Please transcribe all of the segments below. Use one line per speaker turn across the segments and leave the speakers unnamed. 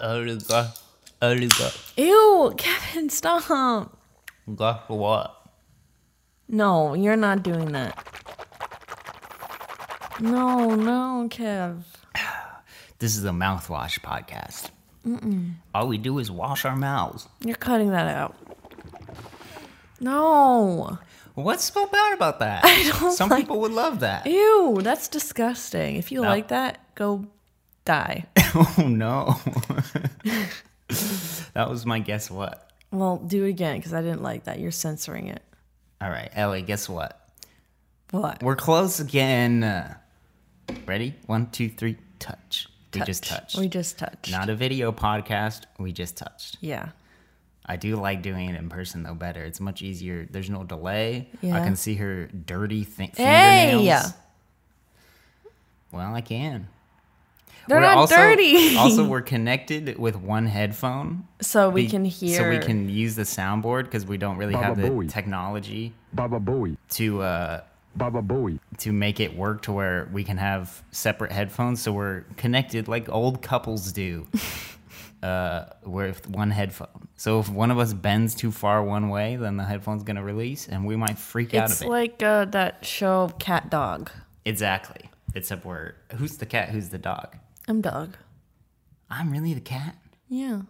Aruga. Aruga.
Ew, Kevin, stop.
Got for what?
No, you're not doing that. No, no, Kev.
This is a mouthwash podcast. All we do is wash our mouths.
You're cutting that out. No.
What's so bad about that? I
don't
Some
like-
people would love that.
Ew, that's disgusting. If you like that, go die.
oh no. that was my guess what.
well, do it again because I didn't like that. You're censoring it.
All right, Ellie, guess what?
What?
We're close again. Ready? One, two, three, touch. We just touched.
We just touched.
Not a video podcast. We just touched.
yeah.
I do like doing it in person though better. It's much easier. There's no delay. I
Yeah.
can see her dirty th-
Hey!
fingernails. Well, I can.
They're
We're
not
also,
dirty.
also, we're connected with one headphone.
so we
Be-
can hear.
So we can use the soundboard because we don't really have the
Baba Booey.
technology
Baba Bowie.
to uh,
Baba Bowie.
to make it work to where we can have separate headphones. So we're connected like old couples do. uh, with one headphone. So if one of us bends too far one way, then the headphone's gonna release, and we might freak out
It's
of it.
like uh, that show Cat Dog.
exactly. Except we're who's the cat? Who's the dog?
I'm Dog.
I'm really the cat.
Yeah.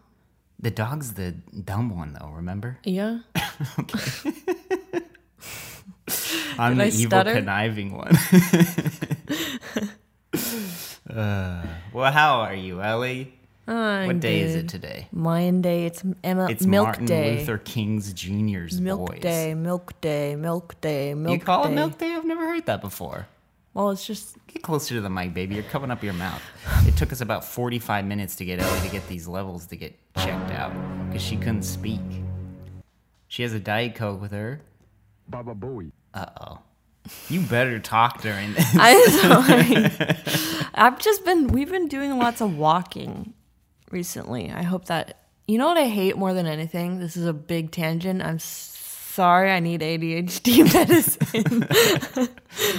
The dog's the dumb one though. Remember?
Yeah.
I'm
Did
the
I
evil
stutter?
conniving one. Uh, well, how are you, Ellie?
I'm
what day is
good.
it today?
Mine Day. It's Emma.
It's
Milk
Martin
Day.
Luther King's Jr.'s
Milk
boys.
Day. Milk Day. Milk Day. Milk
you call
Day.
it Milk Day? I've never heard that before.
Well, it's just
Get closer to the mic, baby. You're covering up your mouth. It took us about 45 minutes to get Ellie to get these levels to get checked out because she couldn't speak. She has a Diet Coke with her.
Baba Bowie.
You better talk during this.
I'm sorry. I've just been we've been doing lots of walking recently. I hope that you know what I hate more than anything. This is a big tangent. I'm sorry. I need ADHD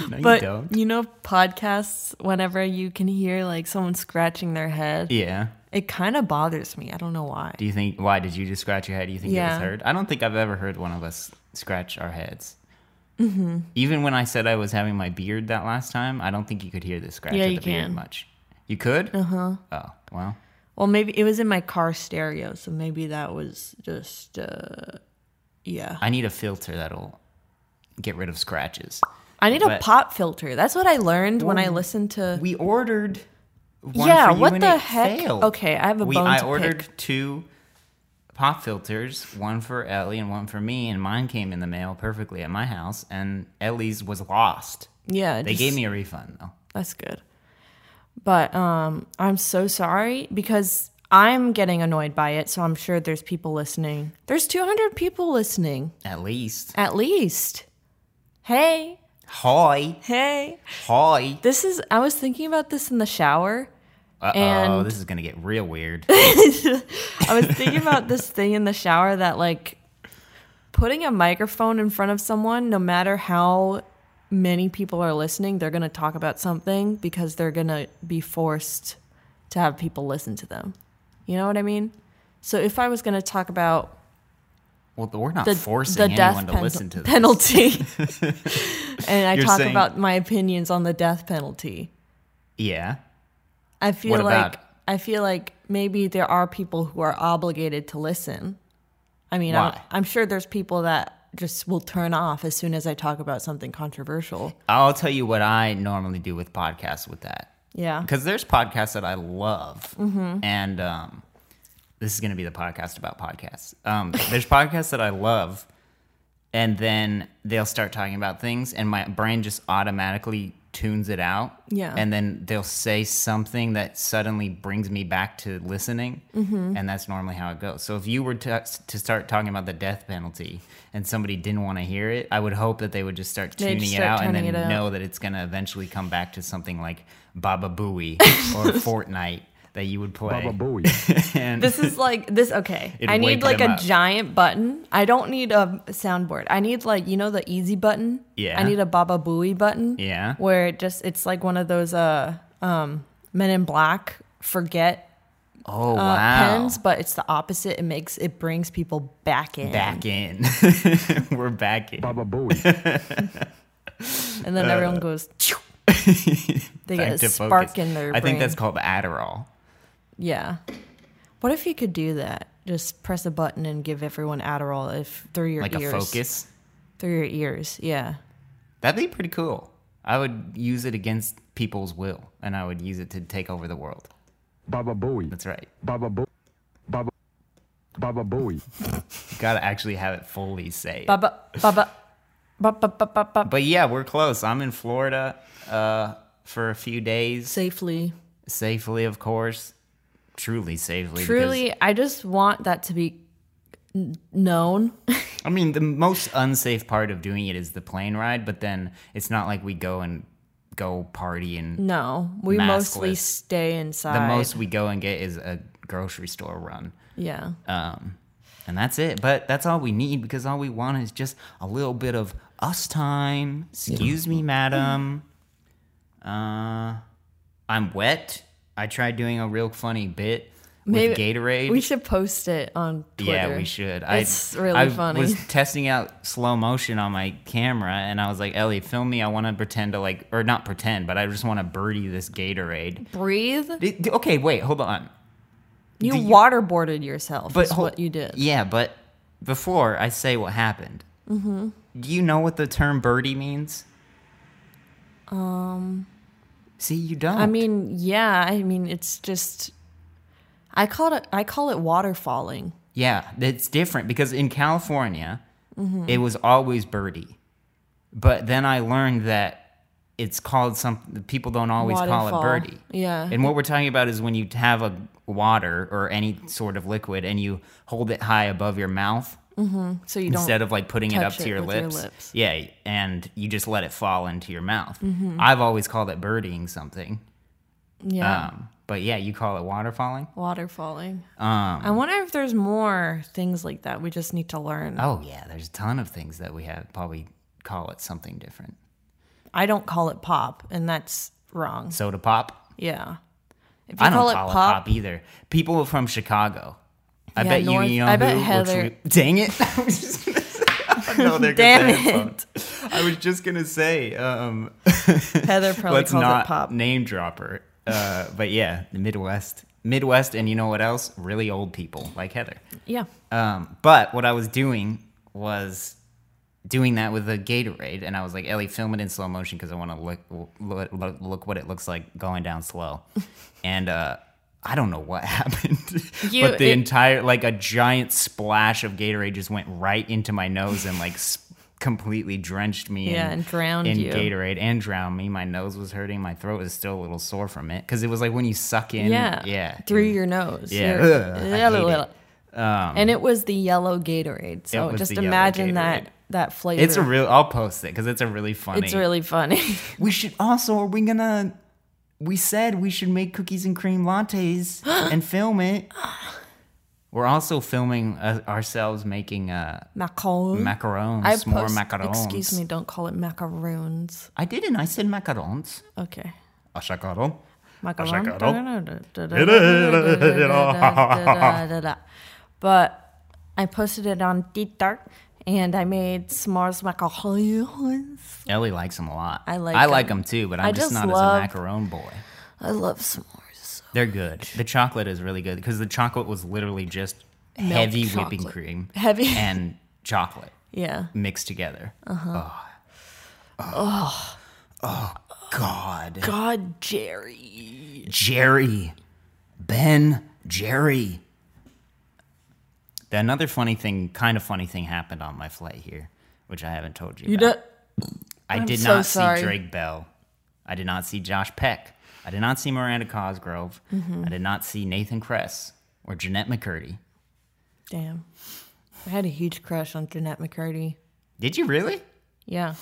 medicine.
No, you
but
don't.
you know podcasts whenever you can hear like someone scratching their head,
Yeah.
it kind of bothers me. I don't know why.
Do you think, why did you just scratch your head? Do you think it
Yeah.
was heard? I don't think I've ever heard one of us scratch our heads. Mm-hmm. Even when I said I was having my beard that last time, I don't think you could hear the scratch
Yeah,
of the
you
beard
can. Uh-huh.
much. You could? Uh huh. Oh, well.
Well, maybe it was in my car stereo, so maybe that was just uh yeah.
I need a filter that'll get rid of scratches.
I need a
But-
pop filter. That's what I learned when I
Well,
listened to
We ordered one
Uh, Yeah,
for you
what
and
the
it
heck?
failed.
Okay, I have a
we,
bone
I
to
ordered two pop filters, one for Ellie and one for me, and mine came in the mail perfectly at my house, and Ellie's was lost.
Yeah,
They
just-
gave me a refund though.
That's good. But um, I'm so sorry because I'm getting annoyed by it. So I'm sure there's people listening. There's 200 people listening
At least.
at least. Hey,
Hi.
hey.
Hi.
This is. I was thinking about this in the shower.
Uh oh,
And-
this is gonna get real weird.
I was thinking about this thing in the shower that like putting a microphone in front of someone, no matter how many people are listening, they're gonna talk about something because they're gonna be forced to have people listen to them. You know what I mean? So if I was gonna talk about
Well, we're not
the,
forcing
the death
anyone to
pen-
listen to this.
penalty, and I
You're
talk
saying-
about my opinions on the death penalty,
Yeah.
I feel
What about
like
it?
I feel like maybe there are people who are obligated to listen. I mean, I'm,
Why?
I'm sure there's people that just will turn off as soon as I talk about something controversial.
I'll tell you what I normally do with podcasts with that.
Yeah. Mm-hmm.
because there's podcasts that I love, and um, this is going to be the podcast about podcasts. Um, there's podcasts that I love, and then they'll start talking about things, and my brain just automatically tunes it out.
Yeah.
and then they'll say something that suddenly brings me back to listening,
Mm-hmm.
and that's normally how it goes. So if you were to, to start talking about the death penalty, and somebody didn't want to hear it, I would hope that they would just start
They'd
tuning
start
it out, and
tuning
then
it out.
know know that it's going to eventually come back to something like Baba Booey or Fortnite that you would play.
Baba Bowie.
and
This is like this okay.
It'd
I
wake
need like
them
a
up.
giant button. I don't need a soundboard. I need like you know the easy button.
Yeah.
I need a Baba Booey button.
Yeah.
Where it just it's like one of those uh um Men in Black forget
Oh
uh,
wow.
pens, but it's the opposite. It makes it brings people back in,
Back in. We're back in.
Baba Booey.
and then everyone goes. they
Back
get a
Uh, to
spark
focus.
in their.
I think that's
brain.
called Adderall.
Yeah. What if you could do that? Just press a button and give everyone Adderall if through your
Like
ears.
a focus.
Through your ears, yeah.
That'd be pretty cool. I would use it against people's will and I would use it to take over the world.
Baba Booey.
That's right.
Baba Booey. Baba Baba Booey.
You gotta actually have it fully say. it.
Baba, baba, baba, baba, baba.
But yeah, we're close. I'm in Florida uh, for a few days,
Safely.
safely, of course. Truly safely. because-
Truly, I just want that to be n- known.
I mean, the most unsafe part of doing it is the plane ride, but then it's not like we go and go party and
No, we mostly
Maskless.
stay inside.
the most we go and get is a grocery store run.
Yeah.
Um, and that's it. But that's all we need because all we want is just a little bit of us time. Excuse me, madam. Uh, I'm wet. I tried doing a real funny bit
Maybe-
with Gatorade.
We should post it on Twitter.
Yeah, we should.
It's
I,
really
I
funny.
was testing out slow motion on my camera, and I was like, Ellie, film me. I want to pretend to like, or not pretend, but I just want to birdie this Gatorade.
Breathe.
D- d- Okay, wait, hold on.
You
do you-
waterboarded yourself.
But
is
hol-
what you did.
Yeah, but before I say what happened,
Mm-hmm.
do you know what the term birdie means? Um. See, you don't.
I mean, yeah. I mean, it's just. I call it. I call it waterfalling.
Yeah, it's different because in California,
Mm-hmm.
it was always birdie. But then I learned that it's called some people don't always call
Waterfall. Uh-huh.
it birdie.
Yeah.
And what we're talking about is when you have a water or any sort of liquid and you hold it high above your mouth
So you
instead
don't.
of like putting it
touch
up to
it
your
with your
lips.
lips.
Yeah, and you just let it fall into your mouth.
Mm-hmm.
I've always called it birdieing something.
yeah.
Um, but yeah, you call it waterfalling?
waterfalling.
um,
I wonder if there's more things like that we just need to learn.
Oh yeah, there's a ton of things that we have probably call it something different.
I don't call it pop, and that's wrong.
Soda pop.
Yeah. If you
I don't call, it, pop. either. People from Chicago. I
Yeah,
bet
North-
you, you know
I bet
who looks
Heather-
re- Dang it! I was just gonna say. Oh, no, they're
Damn
good headphones. I was just gonna say. Um,
Heather probably
let's
calls
not
Oh, it pop.
name dropper. Uh, but yeah, the Midwest, Midwest, and you know what else? Really old people like Heather.
Yeah.
Um, but what I was doing was doing that with a Gatorade, and I was like, Ellie, film it in slow motion because I want to look, look look look what it looks like going down slow. and uh, I don't know what happened,
You-
but the
it-
entire like a giant splash of Gatorade just went right into my nose and like. s completely drenched me
Yeah,
in,
and drowned
in
you.
Gatorade and drowned me. My nose was hurting. My throat is still a little sore from it because it was like when you suck in,
yeah.
yeah,
Through your nose.
Yeah.
Your-
Ugh, I hate it. Um,
and it was the yellow Gatorade. So
was
just
the yellow
imagine
Gatorade.
that that flavor.
It's a real. I'll post it because it's a really funny.
It's really funny.
We should also. Are we gonna? We said we should make cookies and cream lattes and film it. We're also filming uh, ourselves making uh,
Macaron.
macarons,
I
more
post-
macarons.
Excuse me, don't call it macaroons.
I didn't. I said macarons.
Okay.
A chacaron.
Macaron. but I posted it on TikTok and I made s'mores macarons.
Ellie likes them a lot.
I like
I like
'em.
them too, but
I
I'm just,
just
not
love-
as a macaron boy.
I love s'mores.
They're good. The chocolate is really good because the chocolate was literally just heavy whipping
chocolate.
cream,
Heavy.
and chocolate.
Yeah.
mixed together. Uh-huh. Oh. Oh. God.
God, Jerry.
Jerry. Ben. Jerry. Another funny thing, kind of funny thing happened on my flight here, which I haven't told you.
You
about.
don't.
I did
so
not
sorry.
see Drake Bell. I did not see Josh Peck. I did not see Miranda Cosgrove.
Mm-hmm.
I did not see Nathan Kress or Jeanette McCurdy.
Damn. I had a huge crush on Jeanette McCurdy.
Did you really?
Yeah.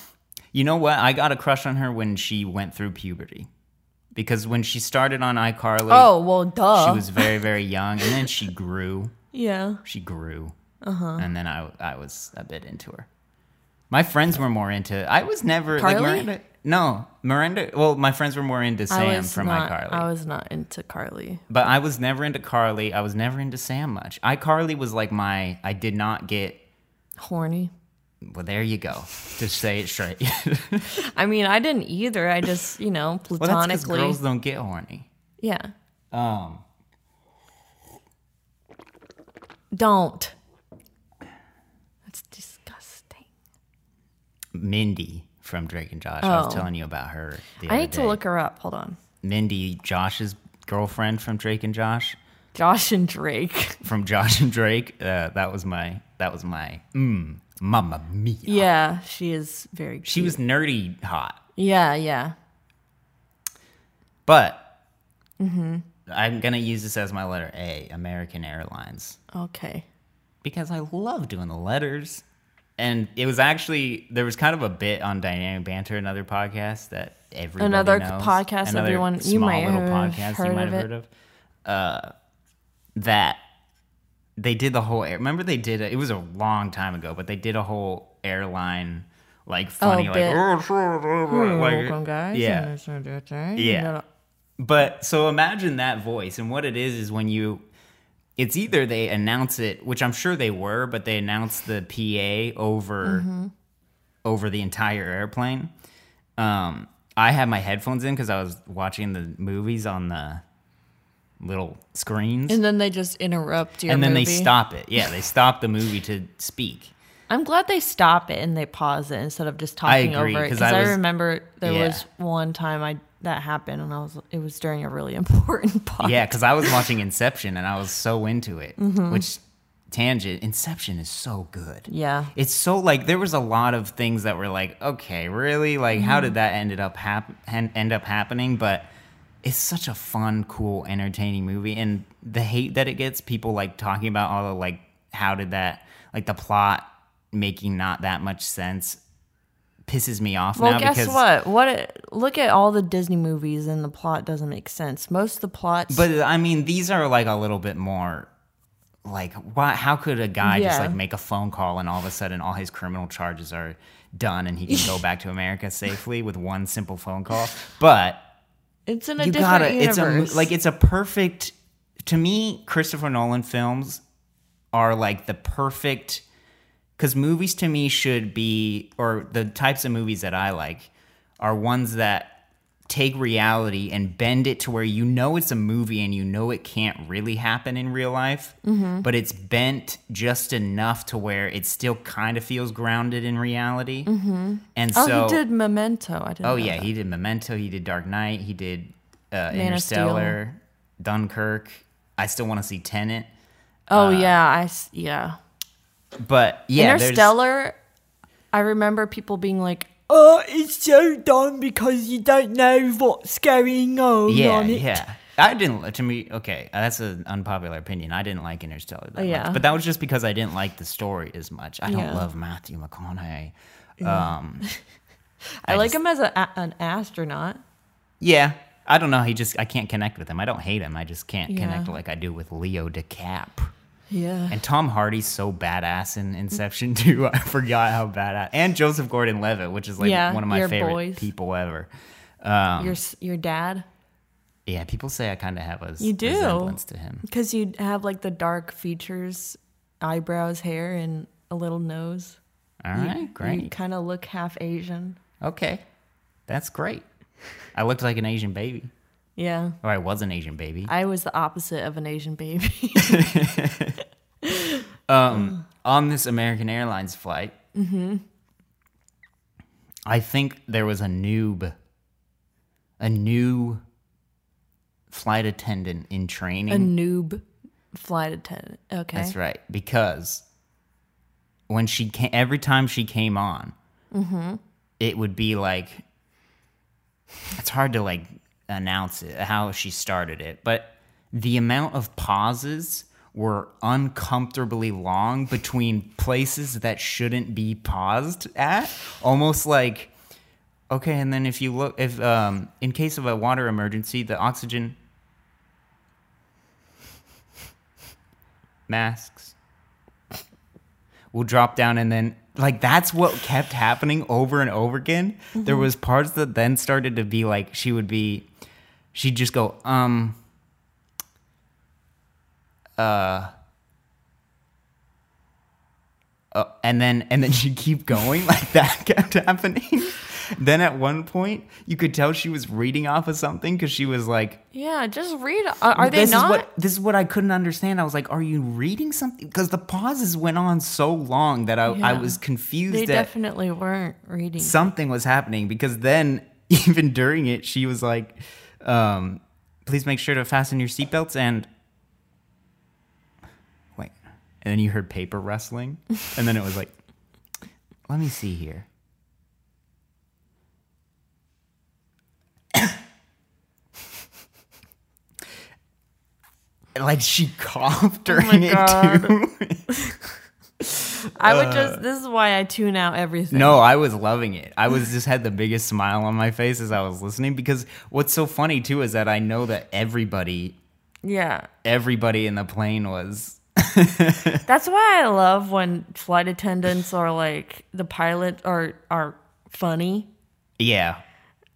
You know what? I got a crush on her when she went through puberty. Because when she started on iCarly,
Oh, well, duh.
she was very, very young. And then she grew.
yeah.
She grew.
Uh-huh.
And then I, I was a bit into her. My friends were more into I was never like
Carly?
Miranda- No, Miranda. Well, my friends were more into
I
Sam
was
from
not,
iCarly.
I was not into Carly.
But I was never into Carly. I was never into Sam much. iCarly was like my, I did not get,
Horny.
well, there you go. To say it straight.
I mean, I didn't either. I just, you know,
well, that's because
platonically.
girls don't get horny.
yeah.
Um,
Don't. That's disgusting.
Mindy from Drake and Josh. I was
Oh.
telling you about her. The
I
other
need to
day.
look her up. Hold on.
Mindy, Josh's girlfriend from Drake and Josh,
Josh and Drake.
from Josh and Drake. Uh, that was my. That was my. Mm, mama mia.
Yeah, she is very cute.
She was nerdy hot.
Yeah, yeah.
But
Mm-hmm.
I'm gonna use this as my letter A, American Airlines,
Okay.
because I love doing the letters. And it was actually there was kind of a bit on dynamic banter, another podcast that everybody
Another
knows,
podcast
another
everyone- you
small
might
little
have
podcast you
heard
might
of
have
it.
heard of, uh, that they did the whole. air- Remember they did a, it was a long time ago, but they did a whole airline like "Oh, funny
Oh, bit. Hmm,
like, like yeah Yeah. But so imagine that voice. And what it is is when you, it's either they announce it, which I'm sure they were, but they announce the PA over
Mm-hmm.
over the entire airplane. Um, I had my headphones in because I was watching the movies on the little screens,
And then they just interrupt your
and then they
movie.
stop it. Yeah, they stop the movie to speak.
I'm glad they stop it and they pause it instead of just talking
agree,
over it
'cause
because I,
I was-
remember there
Yeah.
was one time I that happened and I was it was during a really important part.
Yeah, because I was watching Inception and I was so into it.
Mm-hmm.
Which tangent? Inception is so good.
Yeah.
it's so like there was a lot of things that were like okay really like how
Mm-hmm.
did that ended up hap- hen- end up happening but it's such a fun cool entertaining movie and the hate that it gets people like talking about all the like how did that like the plot making not that much sense pisses me off
Well,
now
guess
because
what? What it, look at all the Disney movies and the plot doesn't make sense. Most of the plots,
but i mean these are like a little bit more like why how could a guy just
Yeah.
like make a phone call and all of a sudden all his criminal charges are done and he can go back to america safely with one simple phone call but
it's in a
you
different
gotta it's
universe.
a mo- like it's a perfect to me christopher nolan films are like the perfect because movies to me should be or the types of movies that i like are ones that take reality and bend it to where you know it's a movie and you know it can't really happen in real life
Mm-hmm.
but it's bent just enough to where it still kind of feels grounded in reality and
oh,
so
he did Memento. I didn't.
Oh
know
yeah,
that.
he did Memento. He did Dark Knight. He did uh,
Man of Steel.
Interstellar, Dunkirk. I still want to see Tenant,
Oh yeah, I s- yeah.
but yeah, there's-
Interstellar. I remember people being like, "Oh, it's so dumb because you don't know what's going on."
Yeah,
on it."
yeah. I didn't to me. Okay, that's an unpopular opinion. I didn't like Interstellar that
Oh, Yeah.
much, but that was just because I didn't like the story as much. I
Yeah.
don't love Matthew McConaughey. Um,
I, like
just-
him as a, a- an astronaut.
yeah, I don't know. He just I can't connect with him. I don't hate him. I just can't
Yeah.
connect like I do with Leo DeCap.
Yeah.
And Tom Hardy's so badass in Inception too. I forgot how badass. And Joseph Gordon-Levitt, which is like
Yeah,
one of my
your
favorite
boys.
people ever. um,
your s- your dad,
Yeah, people say I kind of have a s-
You do.
resemblance to him.
because you have like the dark features, eyebrows, hair, and a little nose.
All right,
You
great.
kind of look half Asian.
Okay, that's great. I looked like an Asian baby,
Yeah.
or I was an Asian baby.
I was the opposite of an Asian baby.
on this American Airlines flight,
Mm-hmm.
I think there was a noob, a new flight attendant in training.
a noob flight attendant. Okay.
That's right. Because when she came, every time she came on, it would be like, it's hard to like announce it, how she started it, but the amount of pauses were uncomfortably long between places that shouldn't be paused at. Almost like, okay, and then if you look, if, um, in case of a water emergency, the oxygen masks will drop down and then like that's what kept happening over and over again. There was parts that then started to be like she would be, she'd just go um, uh, uh and then and then she'd keep going like that kept happening. then at one point, you could tell she was reading off of something because she was like.
Yeah, just read. Are, are they
this
not?
Is what, this is what I couldn't understand. I was like, "Are you reading something?" Because the pauses went on so long that I, I
Yeah.
was confused
they
that
definitely weren't reading.
something was happening. Because then, even during it, she was like, um, "Please make sure to fasten your seatbelts and wait." And then you heard paper rustling, and then it was like, "Let me see here." Like she coughed during it
God.
too.
I would just. This is why I tune out everything.
uh, No, I was loving it. I was just had the biggest smile on my face as I was listening because what's so funny too is that I know that everybody
Yeah,
everybody in the plane was
that's why I love when flight attendants or like the pilot are are funny.
yeah.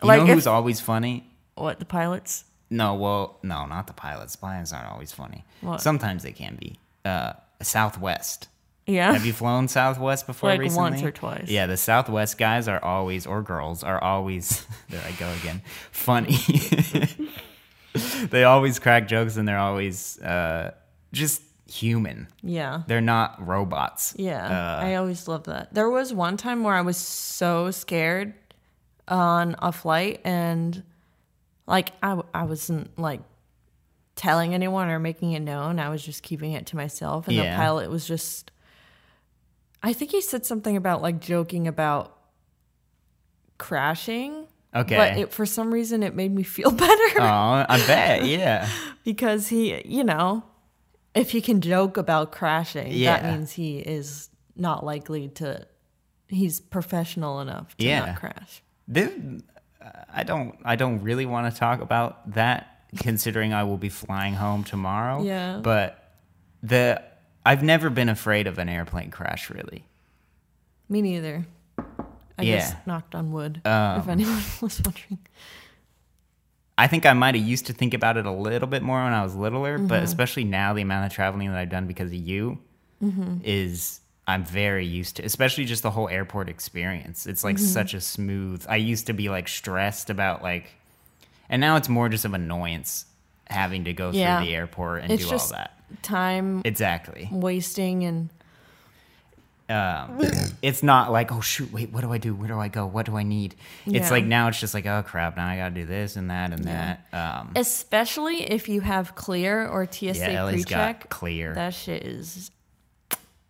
You
Like,
know
if-
who's always funny?
What the pilots?
No, well, no, not the pilots. Pilots aren't always funny.
What?
Sometimes they can be. Uh, Southwest.
Yeah.
Have you flown Southwest before
Like
recently?
once or twice.
Yeah, the Southwest guys are always, or girls are always, there I go again, funny. they always crack jokes and they're always uh, just human.
yeah.
They're not robots.
Yeah,
Uh,
I always love that. There was one time where I was so scared on a flight, and like I, w- I wasn't like telling anyone or making it known. I was just keeping it to myself, and
Yeah.
the pilot was just. I think he said something about like joking about crashing. But
Okay. Uh.
it, for some reason, it made me feel better
Aw, I bet. Yeah.
because he, you know, if he can joke about crashing,
Yeah.
that means he is not likely to. He's professional enough to
Yeah.
not crash.
This, I don't. I don't really want to talk about that, considering I will be flying home tomorrow.
Yeah.
But the I've never been afraid of an airplane crash. Really.
Me neither. I
Yeah. Um,
just knocked on wood. if anyone was wondering,
I think I might have used to think about it a little bit more when I was littler, but
Mm-hmm.
especially now, the amount of traveling that I've done because of you
Mm-hmm.
is I'm very used to, especially just the whole airport experience. It's
Mm-hmm.
like such a smooth. I used to be like stressed about like, and now it's more just of annoyance having to go
Yeah.
through the airport and
It's
do
just-
all
Mm-hmm.
that.
time
Exactly.
wasting and
Um, it's not like oh shoot, wait, what do I do? Where do I go? What do I need? It's
Yeah.
like now it's just like oh crap, now I got to do this and that and that. Um,
especially if you have clear or TSA
yeah, Ellie's got
pre-check.
clear.
That shit is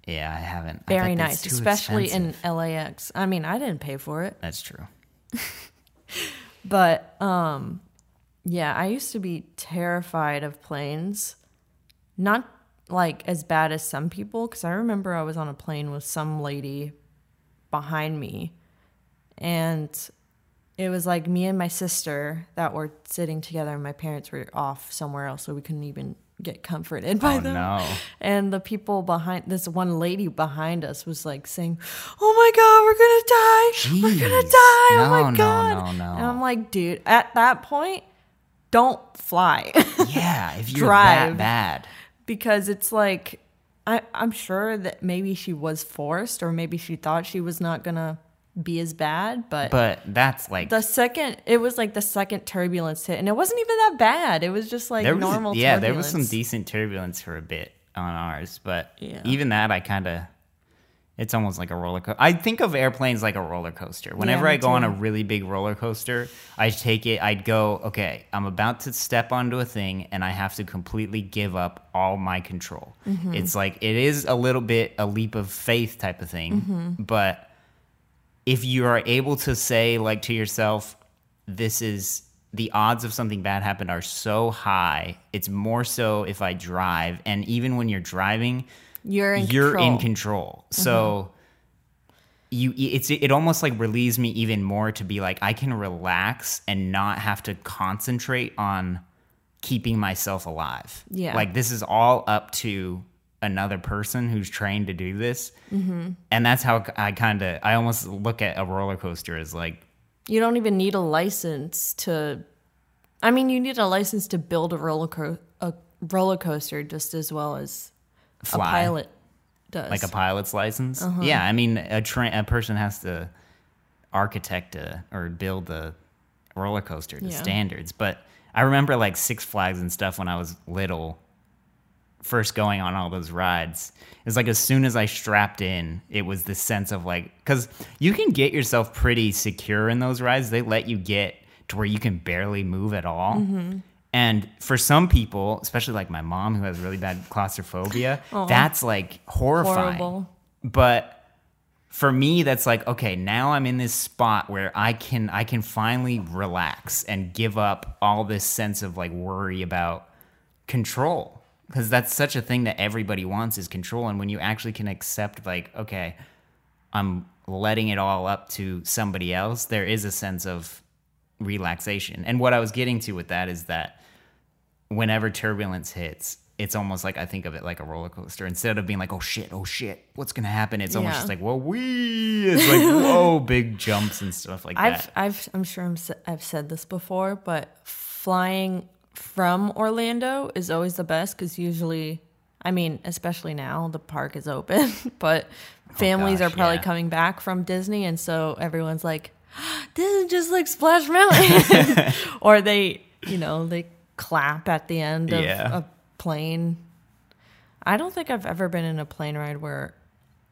Yeah, I haven't. I
very
think that's
nice,
too
especially
expensive.
in LAX. I mean, I didn't pay for it.
That's true.
But um yeah, I used to be terrified of planes. Not like as bad as some people cuz I remember I was on a plane with some lady behind me and it was like me and my sister that were sitting together and my parents were off somewhere else so we couldn't even get comforted by
Oh
them.
no!
And the people behind this one lady behind us was like saying, "Oh my god, we're gonna die! We're gonna
Jeez.
die!
No,
oh
no,
my god!"
no, no.
And I'm like, dude, at that point, don't fly
Yeah, if you're that
Drive.
bad,
because it's like, I, I'm sure that maybe she was forced, or maybe she thought she was not gonna be as bad, but.
but that's like
the second it was like the second turbulence hit and it wasn't even that bad it was just like
there was
normal
yeah, there was some
turbulence.
decent turbulence for a bit on ours, but
Yeah.
even that I kind of. It's almost like a roller coaster. I think of airplanes like a roller coaster. Whenever
me
I go on a
too.
really big roller coaster, I take it, I'd go, okay, I'm about to step onto a thing and I have to completely give up all my control.
Mm-hmm.
It's like, it is a little bit a leap of faith type of thing,
Mm-hmm.
but if you are able to say like to yourself this is the odds of something bad happen are so high it's more so if i drive and even when you're driving
you're in
you're
control. Mm-hmm.
in control so you it's it almost like relieves me even more to be like i can relax and not have to concentrate on keeping myself alive
Yeah.
like this is all up to another person who's trained to do this,
Mm-hmm.
and that's how I kind of I almost look at a roller coaster as like
You don't even need a license to. I mean, you need a license to build a roller co- a roller coaster just as well as
fly,
a pilot does. Uh-huh.
like a pilot's license. Yeah, I mean a train a person has to architect a, or build the roller coaster to
Yeah.
standards. But I remember like Six Flags and stuff when I was little. First going on all those rides, it was like as soon as I strapped in, it was this sense of like, because you can get yourself pretty secure in those rides. They let you get to where you can barely move at all.
Mm-hmm.
And for some people, especially like my mom who has really bad claustrophobia, that's like horrifying.
Horrible.
But for me that's like okay now i'm in this spot where i can i can finally relax and give up all this sense of like worry about control because that's such a thing that everybody wants is control and when you actually can accept like okay i'm letting it all up to somebody else there is a sense of relaxation and what i was getting to with that is that whenever turbulence hits it's almost like i think of it like a roller coaster instead of being like oh shit oh shit what's gonna happen it's almost
Yeah.
just like well we it's like whoa big jumps and stuff like
I've,
that
I've, I'm sure I'm, s- I've said this before, but flying from Orlando is always the best because usually, I mean, especially now, the park is open, but families
Oh, gosh,
are probably
yeah.
coming back from Disney. And so everyone's like, this is just like Splash Mountain. or they, you know, they clap at the end of
Yeah.
a plane. I don't think I've ever been in a plane ride where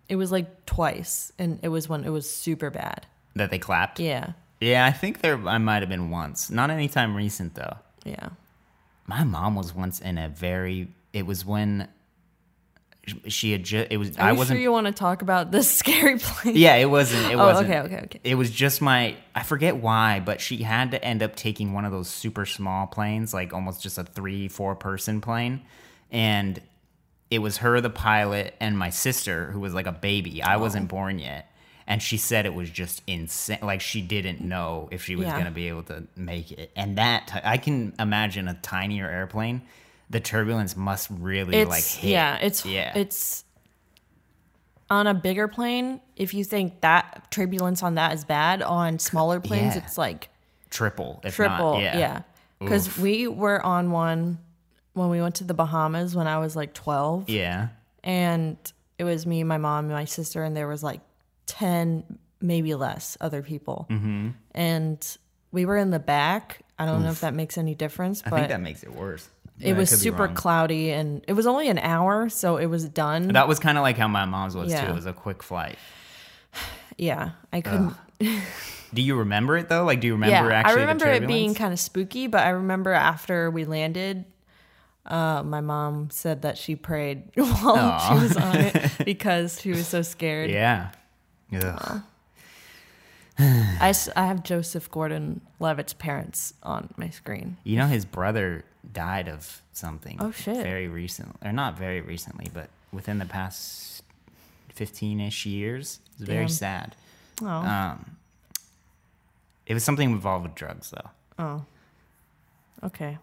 it was like twice and it was when it was super bad.
that they clapped
Yeah.
yeah i think there i might have been once not anytime recent though
Yeah.
my mom was once in a very it was when sh- she had just it was
Are
i
you
wasn't
sure you want to talk about this scary plane?
yeah it wasn't it
Oh,
wasn't
okay, okay, okay.
it was just my i forget why but she had to end up taking one of those super small planes like almost just a three four person plane and it was her the pilot and my sister who was like a baby
Oh.
i wasn't born yet and she said it was just insane like she didn't know if she was
Yeah.
going to be able to make it and that ti- I can imagine a tinier airplane the turbulence must really
It's
like hit
yeah, it's
yeah
it's on a bigger plane. If you think that turbulence on that is bad, on smaller planes
yeah.
it's like
triple if not-
triple.
yeah
yeah, because we were on one when we went to the Bahamas when I was like twelve,
yeah
and it was me, my mom, my sister, and there was like ten, maybe less, other people,
Mm-hmm.
and we were in the back. I don't know if that makes any difference,
i think
but
that makes it worse
it
Yeah, I
was
could be
super
wrong.
cloudy and it was only an hour so it was done
That was kind of like how my mom's was too.
Yeah.
It was a quick flight.
yeah i couldn't
Do you remember it though? Like, do you remember
yeah i
actually?
remember
the
it being
turbulence?
kind of spooky but i remember after we landed uh, my mom said that she prayed while
Aw.
she was on it because she was so scared
Yeah. Ugh.
I, s- I have joseph gordon-levitt's parents on my screen
You know, his brother died of something.
Oh, shit.
Very recently, or not very recently, but within the past fifteen-ish years. It's very
Damn.
sad.
oh
Um, it was something involved with drugs, though.
oh okay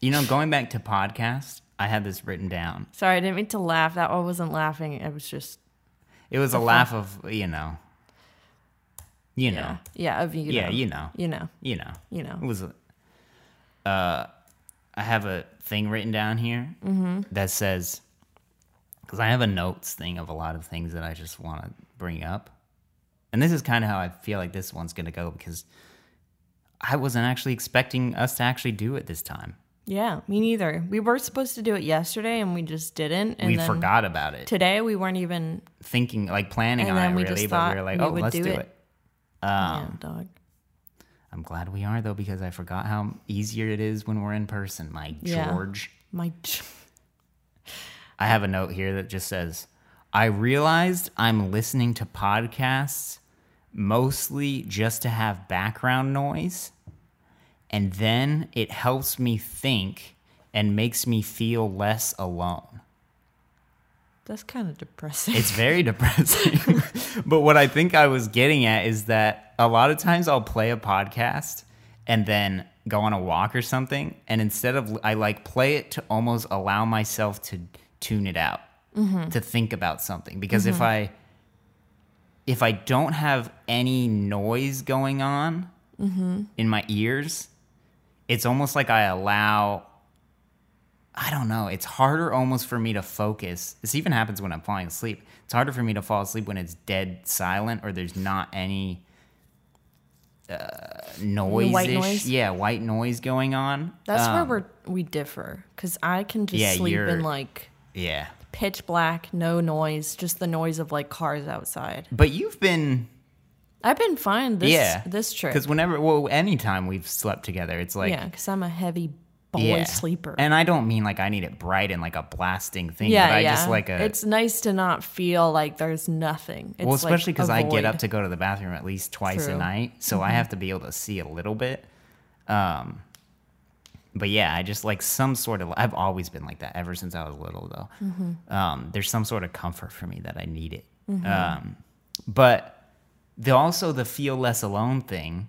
You know, going back to podcast, I had this written down.
sorry i didn't mean to laugh that one wasn't laughing it was just
It was a laugh of you know, you
yeah
know,
yeah of you
yeah,
know.
you know,
you know
you know.
you know
It was uh I have a thing written down here
Mm-hmm.
that says because I have a notes thing of a lot of things that I just want to bring up. And this is kind of how I feel like this one's going to go because I wasn't actually expecting us to actually do it this time.
Yeah, me neither. We were supposed to do it yesterday and we just didn't. And
we
then
forgot about it,
Today we weren't even
thinking like planning
And
on
then
it
we
really,
just
but
thought
we were like,
we
oh,
would
let's do,
do
it.
it."
Um,
yeah, dog.
I'm glad we are though because I forgot how easier it is when we're in person. My
Yeah.
George.
My
I have a note here that just says, I realized I'm listening to podcasts mostly just to have background noise. And then it helps me think and makes me feel less alone.
that's kind of depressing.
It's very depressing. but what I think I was getting at is that a lot of times I'll play a podcast and then go on a walk or something. And instead of, I like play it to almost allow myself to tune it out to think about something because if I if I don't have any noise going on in my ears, it's almost like I allow I don't know, it's harder almost for me to focus. This even happens when I'm falling asleep. It's harder for me to fall asleep when it's dead silent or there's not any uh, noise.
noise?
Yeah, white noise going on.
That's
Um,
where we're we differ because I can just
Yeah,
sleep
you're-
in like
Yeah.
pitch black, no noise, just the noise of like cars outside.
But you've been
I've been fine this
yeah
this trip.
because whenever well anytime we've slept together it's like
yeah, because I'm a heavy boy
yeah.
sleeper.
and I don't mean like I need it bright and like a blasting thing
yeah,
but I
yeah.
just like a
it's nice to not feel like there's nothing. It's
well especially
because
because I get up to go to the bathroom at least twice
True. Mm-hmm.
a night so I have to be able to see a little bit um but yeah I just like some sort of I've always been like that ever since I was little though
Mm-hmm.
um there's some sort of comfort for me that I need it um but the also the feel less alone thing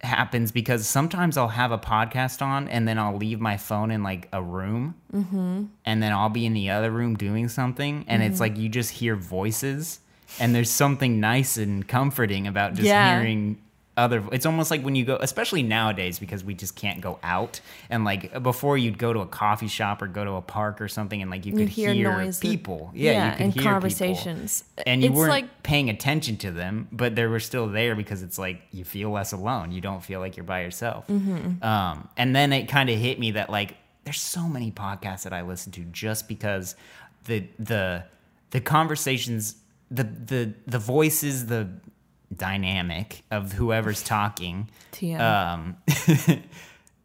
happens because sometimes I'll have a podcast on and then I'll leave my phone in like a room and then I'll be in the other room doing something and it's like you just hear voices and there's something nice and comforting about just
Yeah.
hearing other it's almost like when you go especially nowadays because we just can't go out and like before you'd go to a coffee shop or go to a park or something and like you could hear,
noise that-
people yeah, you could
and
hear people
conversations.
and you
it's
weren't
like
paying attention to them, but they were still there because it's like you feel less alone. You don't feel like you're by yourself.
Mm-hmm.
Um, and then it kind of hit me that like there's so many podcasts that I listen to just because the the the conversations, the the the voices, the dynamic of whoever's talking
TM.
um,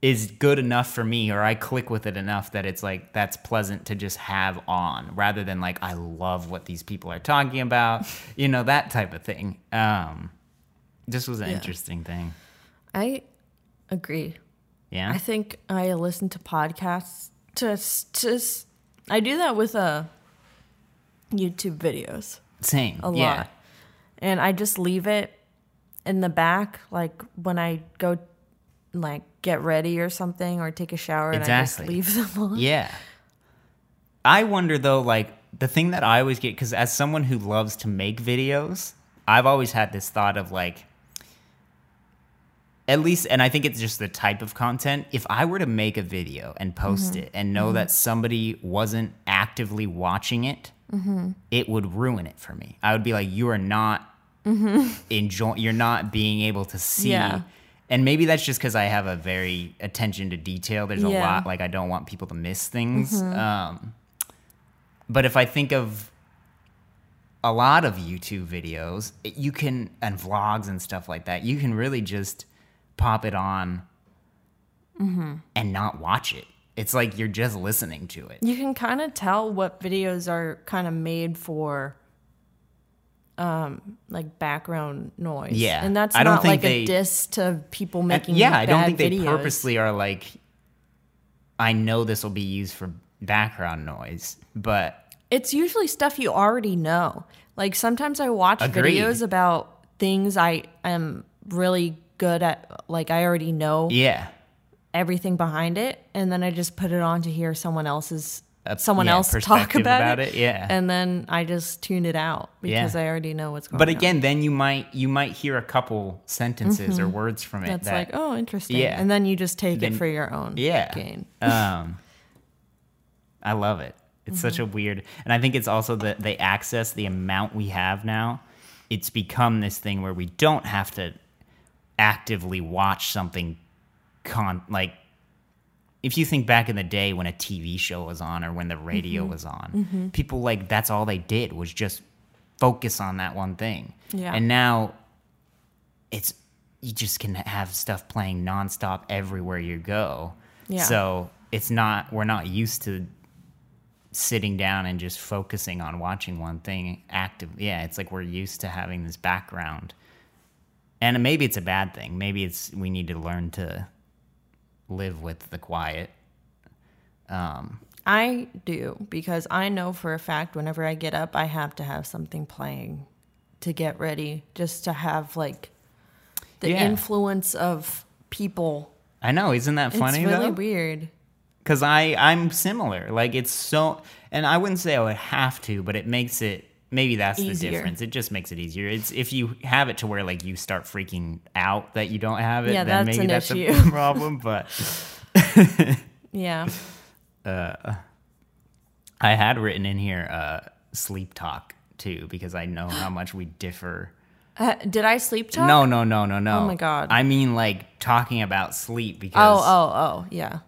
is good enough for me, or I click with it enough that it's like that's pleasant to just have on, rather than like I love what these people are talking about, you know that type of thing. Um, this was an interesting thing.
I agree.
Yeah,
I think I listen to podcasts to s- to s- I do that with uh YouTube videos
same.
a
yeah,
lot. And I just leave it in the back like when I go like get ready or something or take a shower
Exactly.
and I just leave them on.
Yeah. I wonder though, like the thing that I always get, because as someone who loves to make videos, I've always had this thought of like, at least, and I think it's just the type of content. If I were to make a video and post it and know that somebody wasn't actively watching it, it would ruin it for me. I would be like, you are not enjoy you're not being able to see
Yeah.
and maybe that's just because i have a very attention to detail there's a
Yeah. Mm-hmm.
lot like i don't want people to miss things um, but if i think of a lot of youtube videos it- you can and vlogs and stuff like that you can really just pop it on
Mm-hmm.
and not watch it it's like you're just listening to it
You can kind of tell what videos are kind of made for um like background noise.
Yeah.
And that's
I don't
not
think
like
they-
a diss to people
And-
making
yeah i don't
bad
think they
videos.
purposely are like i know this will be used for background noise but
It's usually stuff you already know. Like sometimes I watch
Agreed.
videos about things I am really good at like I already know
yeah
everything behind it and then I just put it on to hear someone else's
A-
someone
yeah,
else talk
perspective
about,
about
it.
it, yeah.
And then I just tuned it out because
Yeah.
I already know what's going
but
on.
again then you might you might hear a couple sentences or words from it
Mm-hmm. That's
that
like, oh, interesting.
Yeah.
And then you just take it
Then-
for your own
yeah
gain.
um i love it it's such a weird and i think it's also the the access the amount we have now it's become this thing where we don't have to actively watch something con like if you think back in the day when a TV show was on or when the radio was on, people like that's all they did was just focus on that one thing.
Yeah.
And now it's you just can have stuff playing nonstop everywhere you go.
Yeah.
So it's not we're not used to sitting down and just focusing on watching one thing active. Yeah, it's like we're used to having this background. And maybe it's a bad thing. Maybe it's we need to learn to live with the quiet.
I do because I know for a fact whenever I get up, I have to have something playing to get ready, just to have like the
Yeah.
influence of people.
I know, isn't that funny
it's really
though?
weird.
because I I'm similar. Like it's so, and I wouldn't say I would have to, but it makes it maybe that's
Easier.
the difference. It just makes it easier. It's if you have it to where like you start freaking out that you don't have it,
Yeah,
then
that's
maybe
an
that's a
issue.
problem. But
Yeah.
I had written in here uh, sleep talk too because I know how much we differ.
Uh, did I sleep talk?
No, no, no, no, no.
Oh my God.
I mean, like talking about sleep because
Oh, oh, oh, yeah.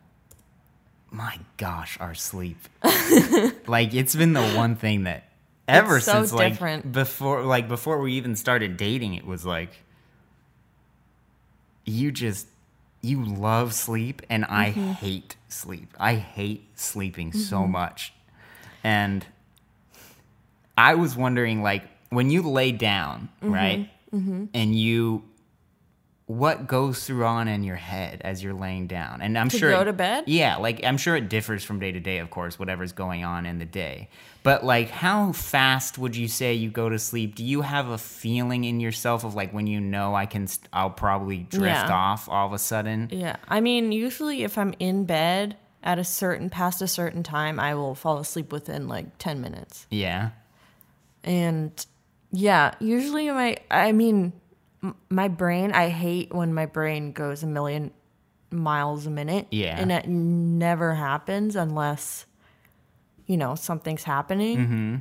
my gosh, our sleep. like it's been the one thing that ever
It's so
since like
different.
before like before we even started dating, it was like you just you love sleep and I
Mm-hmm.
hate sleep. I hate sleeping so much. And I was wondering like when you lay down,
Mm-hmm.
right? And you what goes through on in your head as you're laying down? And I'm
To
sure
go to bed?
yeah, like I'm sure it differs from day to day, of course, whatever's going on in the day. But like, how fast would you say you go to sleep? Do you have a feeling in yourself of like when you know I can, st- I'll probably drift
Yeah.
off all of a sudden?
Yeah. I mean, usually if I'm in bed at a certain past a certain time, I will fall asleep within like 10 minutes.
Yeah.
And yeah, usually my I mean, m- my brain, I hate when my brain goes a million miles a minute.
Yeah.
And it never happens unless you know, something's happening.
Mm-hmm.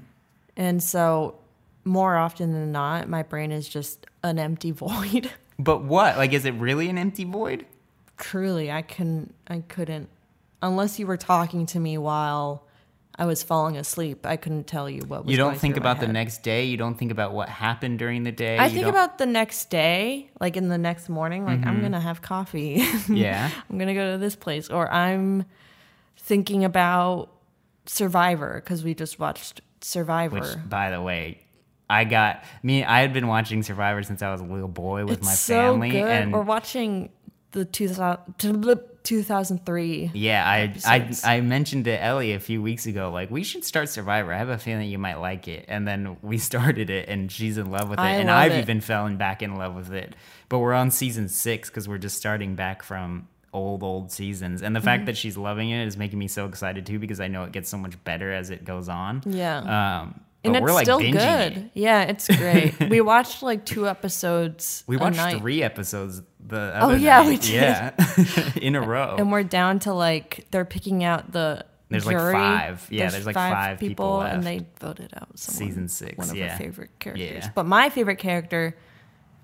And so more often than not, my brain is just an empty void.
But what? Like, is it really an empty void?
truly i couldn't i couldn't unless you were talking to me while i was falling asleep i couldn't tell you what was
You don't
going
think
through my
about the
head.
next day. You don't think about what happened during the day.
i
you
think
don't- Mm-hmm.
about the next day like in the next morning like i'm gonna have coffee
yeah.
i'm gonna go to this place or i'm thinking about survivor because we just watched survivor
Which, by the way, I got me. I had been watching Survivor since I was a little boy with
it's
my
so
family,
good
and
we're watching the 2000, 2003
Yeah, I, I
episodes.
I mentioned to Ellie a few weeks ago, like we should start Survivor. I have a feeling you might like it. And then we started it, and she's in love with it,
I
and
love
I've
it.
even fallen back in love with it. But we're on season six because we're just starting back from old old seasons, and the
Mm-hmm.
fact that she's loving it is making me so excited too because I know it gets so much better as it goes on.
yeah
Um,
and
but
it's
we're like
still
binging
good.
it.
Yeah, it's great. we watched like two episodes.
We
a
watched
night, Oh,
three episodes the other
yeah,
night.
we did.
Yeah, in a row.
and we're down to like they're picking out the.
Oh. There's, like,
jury.
five. Yeah, there's, like, five people
and
left.
they voted out someone,
Season six,
One of
yeah.
our favorite characters,
Yeah.
but my favorite character.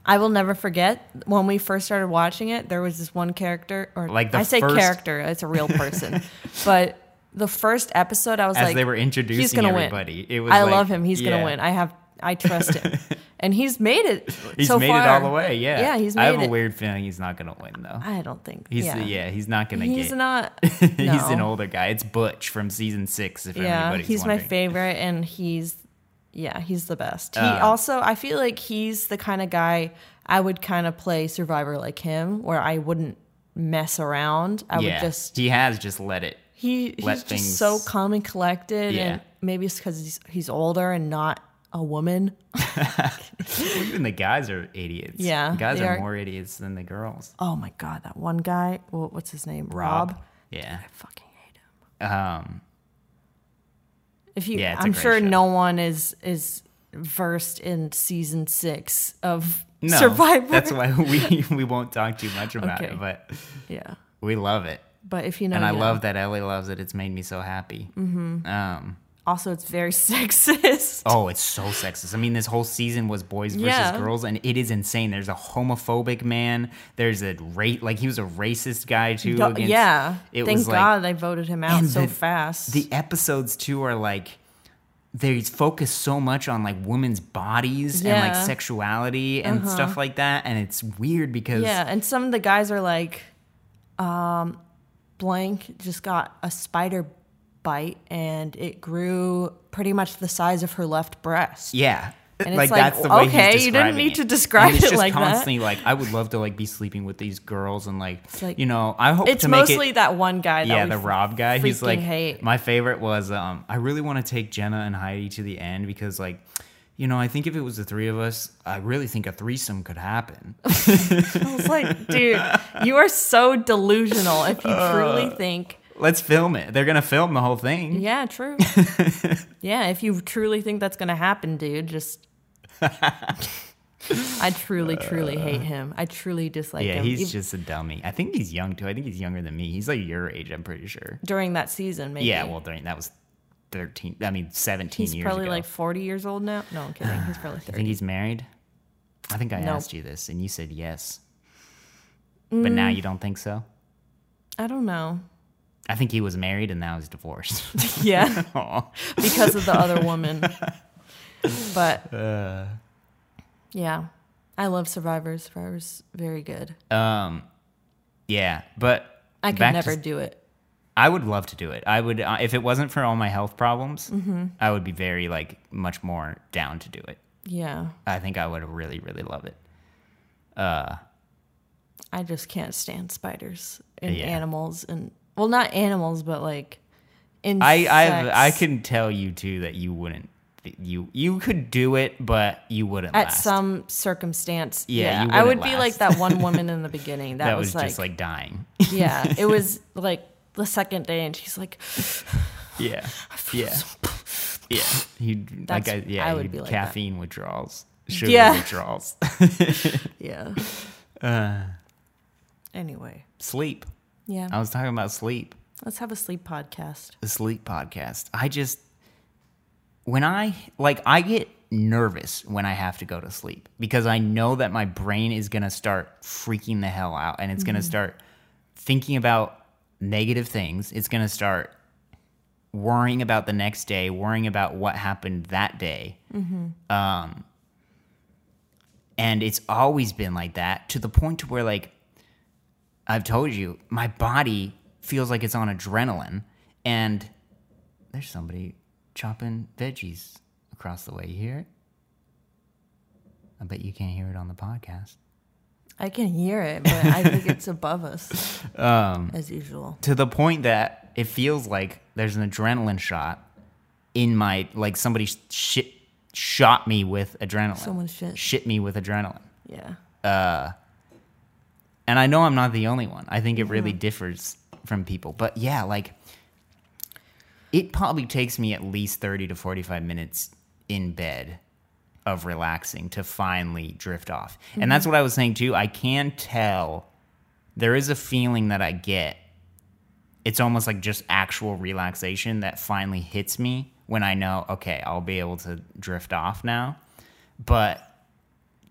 I will never forget when we first started watching it. There was this one character, or
Like the
I say
first-
character, it's a real person. but the first episode, I was
As
like,
they were introducing
he's gonna
everybody,
Win.
it was
I
like-
love him. He's
yeah.
gonna win. I have, I trust him, and he's made it.
He's
so
made
far.
it all the way. Yeah.
yeah, he's made
I have
it.
a weird feeling he's not gonna win though.
I don't think.
He's
yeah.
yeah, he's not gonna
He's
get.
not.
he's an
no.
older guy. It's Butch from season six. If
Yeah,
anybody's
he's my
wondering.
favorite, and he's yeah, he's the best. He
Uh,
also, I feel like he's the kind of guy I would kind of play Survivor like him, where I wouldn't mess around. I
yeah,
would just
he has just let it.
he
let
he's
things-
just so calm and collected,
Yeah.
and maybe it's because he's he's older and not a woman.
Even the guys are idiots.
Yeah,
The guys
they
are,
are.
more idiots than the girls.
Oh my god, that one guy. What, what's his name?
Rob. Yeah.
I fucking hate him.
Um.
If you,
Yeah, it's a
I'm
great
sure
show.
no one is is versed in season six of
No.
Survivor.
That's why we we won't talk too much about
Okay. Oh,
it, but
yeah,
we love it,
but if you know,
and I
you know.
love that Ellie loves it. It's made me so happy. Mm-hmm. Um.
Also, it's very sexist.
Oh, it's so sexist. I mean, this whole season was boys versus
Yeah.
girls, and it is insane. There's a homophobic man. There's a rate like he was a racist guy too.
Go-
against-
yeah,
it
thank
was like
God they voted him out
And
so
the-
fast.
the episodes too are like they focus so much on like women's bodies and like
Yeah. Uh-huh.
sexuality and stuff like that, and it's weird because
yeah, and some of the guys are like, um, blank just got a spider bite and it grew pretty much the size of her left breast.
Yeah.
it's like, okay, you didn't need to describe
And it's
it
just
like that.
constantly like I would love to like be sleeping with these girls and like,
like-
you know I hope
It's
to make
mostly
it,
that one guy. That
yeah,
we
the Rob guy. He's
freaking
like,
hate.
my favorite was, um, I really want to take Jenna and Heidi to the end because, like, you know, I think if it was the three of us, I really think a threesome could happen. Uh.
I was like, dude, you are so delusional if you truly think
Let's film it. They're gonna film the whole thing.
Yeah, true. yeah, if you truly think that's gonna happen, dude, just. I truly, truly hate him. I truly dislike
Uh. yeah,
him.
he's
Ev-
just a dummy. I think he's young too. I think he's younger than me. He's like your age, I'm pretty sure.
during that season, maybe.
Yeah, well, during that was thirteen. I mean, seventeen
he's
years
probably
ago.
like 40 years old now. No, I'm kidding. He's probably
I
30.
think he's married. I think I
Nope.
asked you this, and you said yes. But
Mm.
now you don't think so.
I don't know.
I think he was married and now he's divorced.
Yeah,
Aw.
because of the other woman. But
Uh.
yeah, I love Survivors. Survivors very good.
Um, yeah, but
I
Uh,
could
back to
never
s-
do it.
I would love to do it. I would uh, if it wasn't for all my health problems.
Mm-hmm.
I would be very like much more down to do it.
Yeah,
I think I would really really love it.
I just can't stand spiders and
Yeah.
animals and well, not animals, but like
I
insects.
I I can tell you too that you wouldn't that you you could do it, but you wouldn't
at
last.
some circumstance.
Yeah,
Yeah,
you
I would
wouldn't
be
last.
like that one woman in the beginning. That,
that
was,
was,
like,
just like dying.
yeah, it was like the second day, and she's like,
yeah, yeah, yeah. You like I,
That's-
yeah.
I would
you'd-
be like that.
caffeine withdrawals, sugar
Yeah.
withdrawals,
yeah.
Uh.
anyway,
sleep.
yeah,
I was talking about sleep.
let's have a sleep podcast.
the sleep podcast. I just when I like I get nervous when I have to go to sleep because I know that my brain is going to start freaking the hell out and it's going to start thinking about negative things. It's going to start worrying about the next day, worrying about what happened that day. Um and it's always been like that to the point to where like I've told you, my body feels like it's on adrenaline. And there's somebody chopping veggies across the way. You hear it? I bet you can't hear it on the podcast.
I can hear it, but I think it's above us
Um.
as usual.
To the point that it feels like there's an adrenaline shot in my, like somebody shit, shot me with adrenaline.
Someone shit.
Shit me with adrenaline.
Yeah,
And I know I'm not the only one. I think it really differs from people. But yeah, like it probably takes me at least 30 to 45 minutes in bed of relaxing to finally drift off. And that's what I was saying too. I can tell there is a feeling that I get. It's almost like just actual relaxation that finally hits me when I know, okay, I'll be able to drift off now. But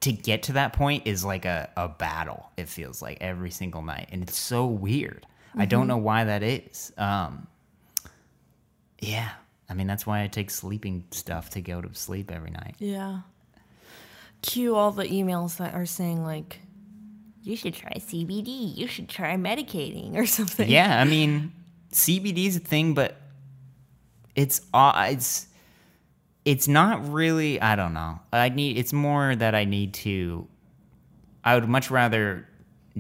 to get to that point is like a, a battle it feels like every single night and it's so weird i don't know why that is um yeah i mean that's why i take sleeping stuff to go to sleep every night
yeah. Cue all the emails that are saying like, you should try CBD. You should try medicating or something.
yeah i mean cbd's a thing but it's aw- it's it's not really i don't know i need it's more that i need to i would much rather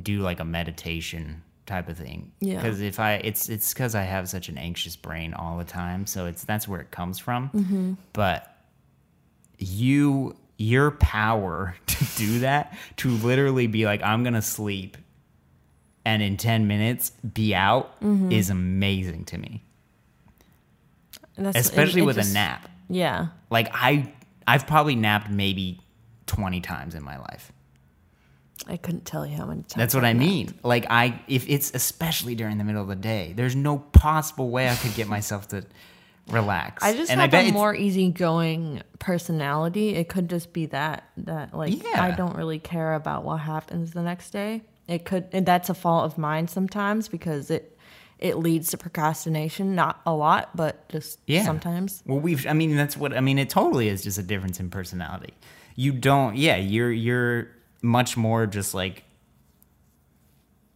do like a meditation type of thing
Yeah.
because if i it's it's because i have such an anxious brain all the time so it's that's where it comes from
Mm-hmm.
but you your power to do that to literally be like i'm gonna sleep and in 10 minutes be out
Mm-hmm.
is amazing to me
And that's- it-
especially
it
with
just-
a nap
Yeah,
like i i've probably napped maybe 20 times in my life
I couldn't tell you how many times.
that's what i
I've napped.
mean like i if it's especially during the middle of the day there's no possible way i could get myself to relax
I just
and
have
bet
a
it's-
more easygoing personality. It could just be that that like
Yeah.
I don't really care about what happens the next day. It could and that's a fault of mine sometimes because it it leads to procrastination, not a lot, but just
Yeah.
sometimes.
Well, we've. I mean, that's what. I mean, it totally is just a difference in personality. You don't. Yeah, you're you're much more just like.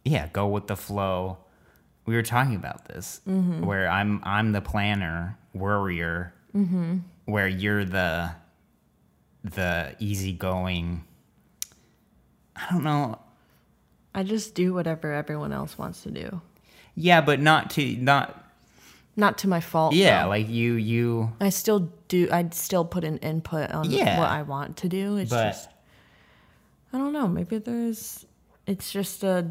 Yeah, go with the flow. We were talking about this, where I'm I'm the planner, worrier, where you're the the easygoing. I don't know.
I just do whatever everyone else wants to do.
Yeah, but not to not.
Not to my fault.
Yeah,
though.
like you you.
I still do I'd still put an input on
Yeah.
what I want to do. It's
But
just I don't know, maybe there's it's just a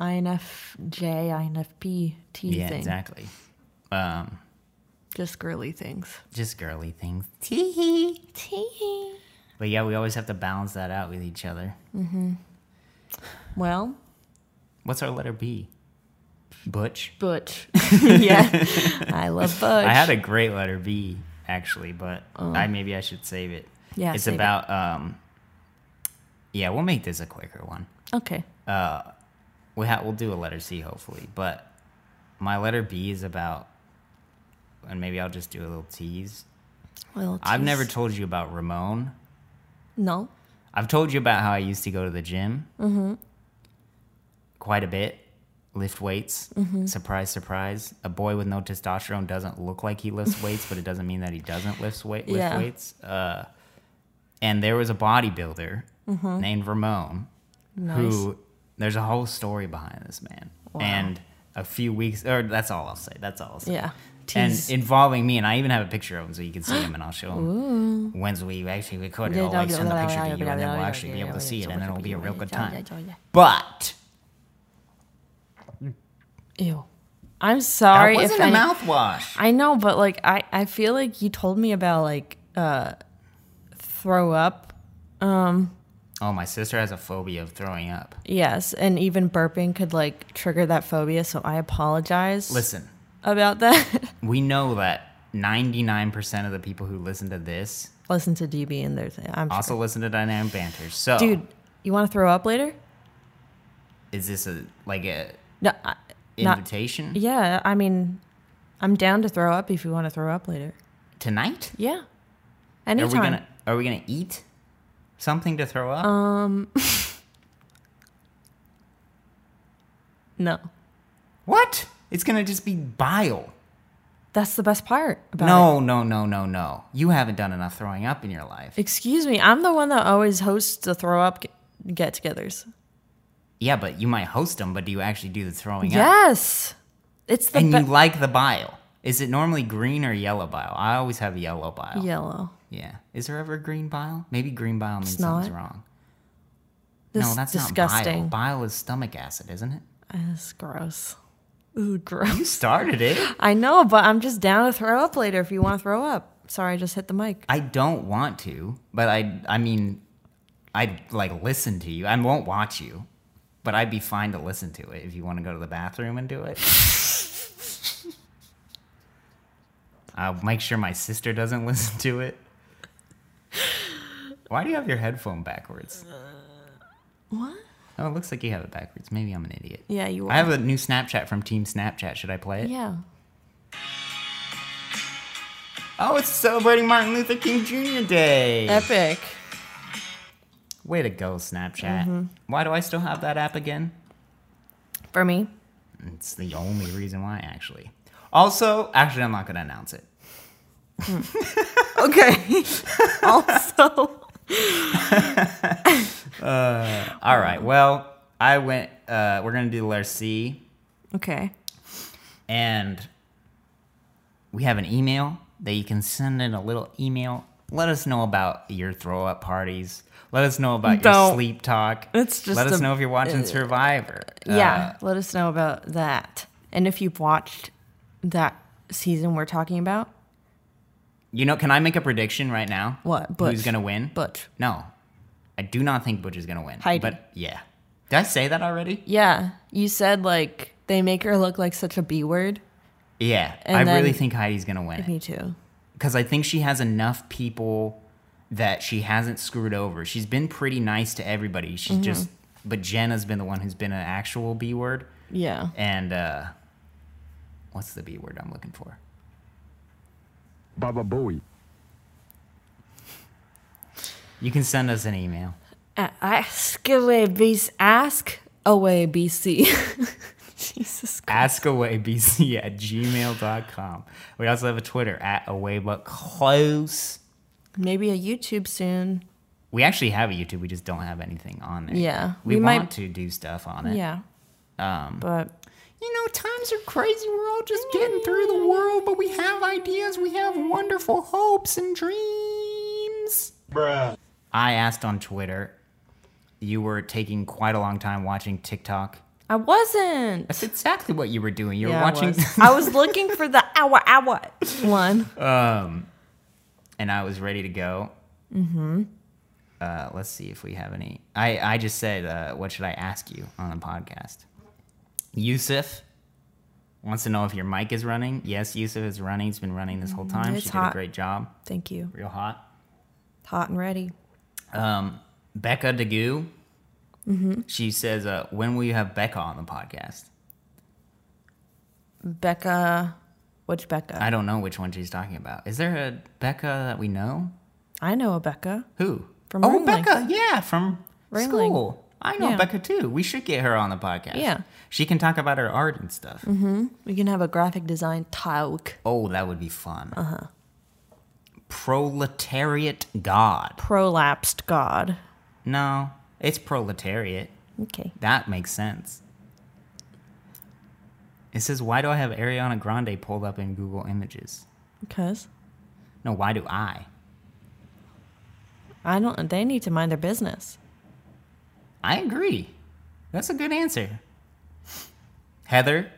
INFJ, INFP T
Yeah,
thing.
exactly. Um,
Just girly things.
just girly things. Tee
T.
But yeah, we always have to balance that out with each other.
Well,
What's our letter B? Butch.
Butch. yeah. I love Butch. Uh-huh.
I had a great letter B actually, but I maybe I should save it.
Yeah,
it's
save it.
about um. Yeah, we'll make this a quicker one.
Okay.
We ha- we'll do a letter C hopefully, but my letter B is about, and maybe I'll just do a little tease.
Well,
I've never
geez.
told you about Ramon.
no.
I've told you about how I used to go to the gym mm-hmm. quite a bit, lift weights.
Mm-hmm.
Surprise, surprise. A boy with no testosterone doesn't look like he lifts weights, but it doesn't mean that he doesn't lift, weight, lift
Yeah.
weights. Uh, and there was a bodybuilder
Mm-hmm.
named Ramon who there's a whole story behind this man. And a few weeks, or that's all I'll say. That's all I'll say
Yeah.
and
Tease.
involving me, and I even have a picture of him so you can see him, and I'll show him when's we actually recorded. I'll like send the picture to you, and then we'll actually be able to see it, and then it'll be a real good time. But
Ew. I'm
that
sorry.
wasn't
if
a
any-
mouthwash.
I know, but like I, I feel like you told me about like uh throw up.
Oh, my sister has a phobia of throwing up.
Yes, and even burping could like trigger that phobia, so I apologize
Listen,
about that.
we know that 99% of the people who listen to this
Listen to DB and there's I'm
also listen to Dynamic Banter. So,
sure. dude, you want to throw up later?
is this a like a
No, I, not
invitation
yeah. I mean, I'm down to throw up if you want to throw up later.
tonight?
Yeah,
Are
anytime.
we gonna Are we gonna eat something to throw up?
Um, No,
What? It's gonna just be bile.
that's the best part. About it.
No, no, no, no, no. You haven't done enough throwing up in your life.
excuse me, I'm the one that always hosts the throw up get-togethers.
Yeah, but you might host them, but do you actually do the throwing up?
Yes, it's the
And you
be-
like the bile. Is it normally green or yellow bile? I always have yellow bile. Yeah.
yellow.
Is there ever green bile? Maybe green bile means
It's not.
something's wrong.
This
no, that's
disgusting.
not bile. Bile is stomach acid, isn't it?
That's gross. This is gross.
You started it.
I know, but I'm just down to throw up later if you want to throw up. Sorry, I just hit the mic.
I don't want to, but I I mean I'd like listen to you. I won't watch you. But I'd be fine to listen to it if you want to go to the bathroom and do it. I'll make sure my sister doesn't listen to it. Why do you have your headphone backwards?
What?
Oh, it looks like you have it backwards. Maybe I'm an idiot.
Yeah, you
I have a new Snapchat from Team Snapchat. Should I play it?
Yeah.
Oh, it's celebrating Martin Luther King Jr. Day.
Epic.
Way to go, Snapchat. Why do I still have that app again?
For me.
It's the only reason why, actually. Also, actually, I'm not going to announce it.
Okay. also.
All right. Well, I went, uh, we're going to do the letter C,
Okay.
and we have an email that you can send in a little email. Let us know about your throw up parties. Let us know about your
Don't.
sleep talk.
It's just
Let us
a- uh,
know if you're watching Survivor. Uh,
yeah. Let us know about that. And if you've watched that season we're talking about,
You know, can I make a prediction right now?
What,
Who's
Butch?
gonna win?
Butch.
No, I do not think Butch is gonna win.
Heidi.
But yeah, did I say that already?
yeah, you said like they make her look like such a B word.
Yeah,
And
I really
then-
think Heidi's gonna win
Me too.
because I think she has enough people that she hasn't screwed over. She's been pretty nice to everybody. She's
Mm-hmm.
just, but Jenna's been the one who's been an actual B word.
Yeah.
And uh, what's the B word I'm looking for?
Baba Booey.
You can send us an email.
A- Ask away, BC. Ask away, BC. Jesus Christ.
askawaybc at gmail.com. We also have a Twitter at away but close.
Maybe a YouTube soon.
We actually have a YouTube. We just don't have anything on there.
Yeah,
We,
we
want
might-
to do stuff on it.
Yeah. Um, but
You know, times are crazy. We're all just getting through the world, but we have ideas. We have wonderful hopes and dreams.
Bruh.
I asked on Twitter. You were taking quite a long time watching TikTok.
I wasn't.
That's exactly what you were doing. You
Yeah,
were
I
watching,
was. I was looking for the hour hour one.
and I was ready to go. Mm-hmm. Uh, let's see if we have any. I I just said, uh, what should I ask you on the podcast? Yusuf wants to know if your mic is running. Yes, Yusuf is running. He's been running this whole time.
Mm, It's
she did
hot.
a great job.
Thank you.
Real hot.
Hot and ready.
Um, Becca DeGoo.
Mm-hmm.
She says, uh, "When will you have Becca on the podcast?"
Becca, which Becca?
I don't know which one she's talking about. Is there a Becca that we know?
I, know a Becca.
Who?
From
oh,
Ringling.
Becca, yeah, from
Ringling.
school. I know
Yeah.
Becca too. We should get her on the podcast.
Yeah. Mm-hmm.
she can talk about her art and stuff.
We can have a graphic design talk.
Oh, that would be fun. Uh
Uh-huh.
huh. Proletariat God.
Prolapsed God.
No, it's proletariat.
Okay.
That makes sense. It says, "Why do I have Ariana Grande pulled up in Google Images?"
Because
No, why do I?
I don't. They need to mind their business.
I agree. That's a good answer. Heather,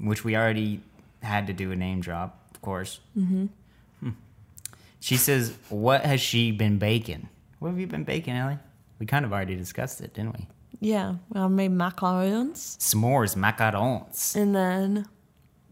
which we already had to do a name drop, of course. Mm-hmm. She says, "What has she been baking? What have you been baking, Ellie? We kind of already discussed it, didn't we?
Yeah. I made macarons,
S'mores, macarons.
and then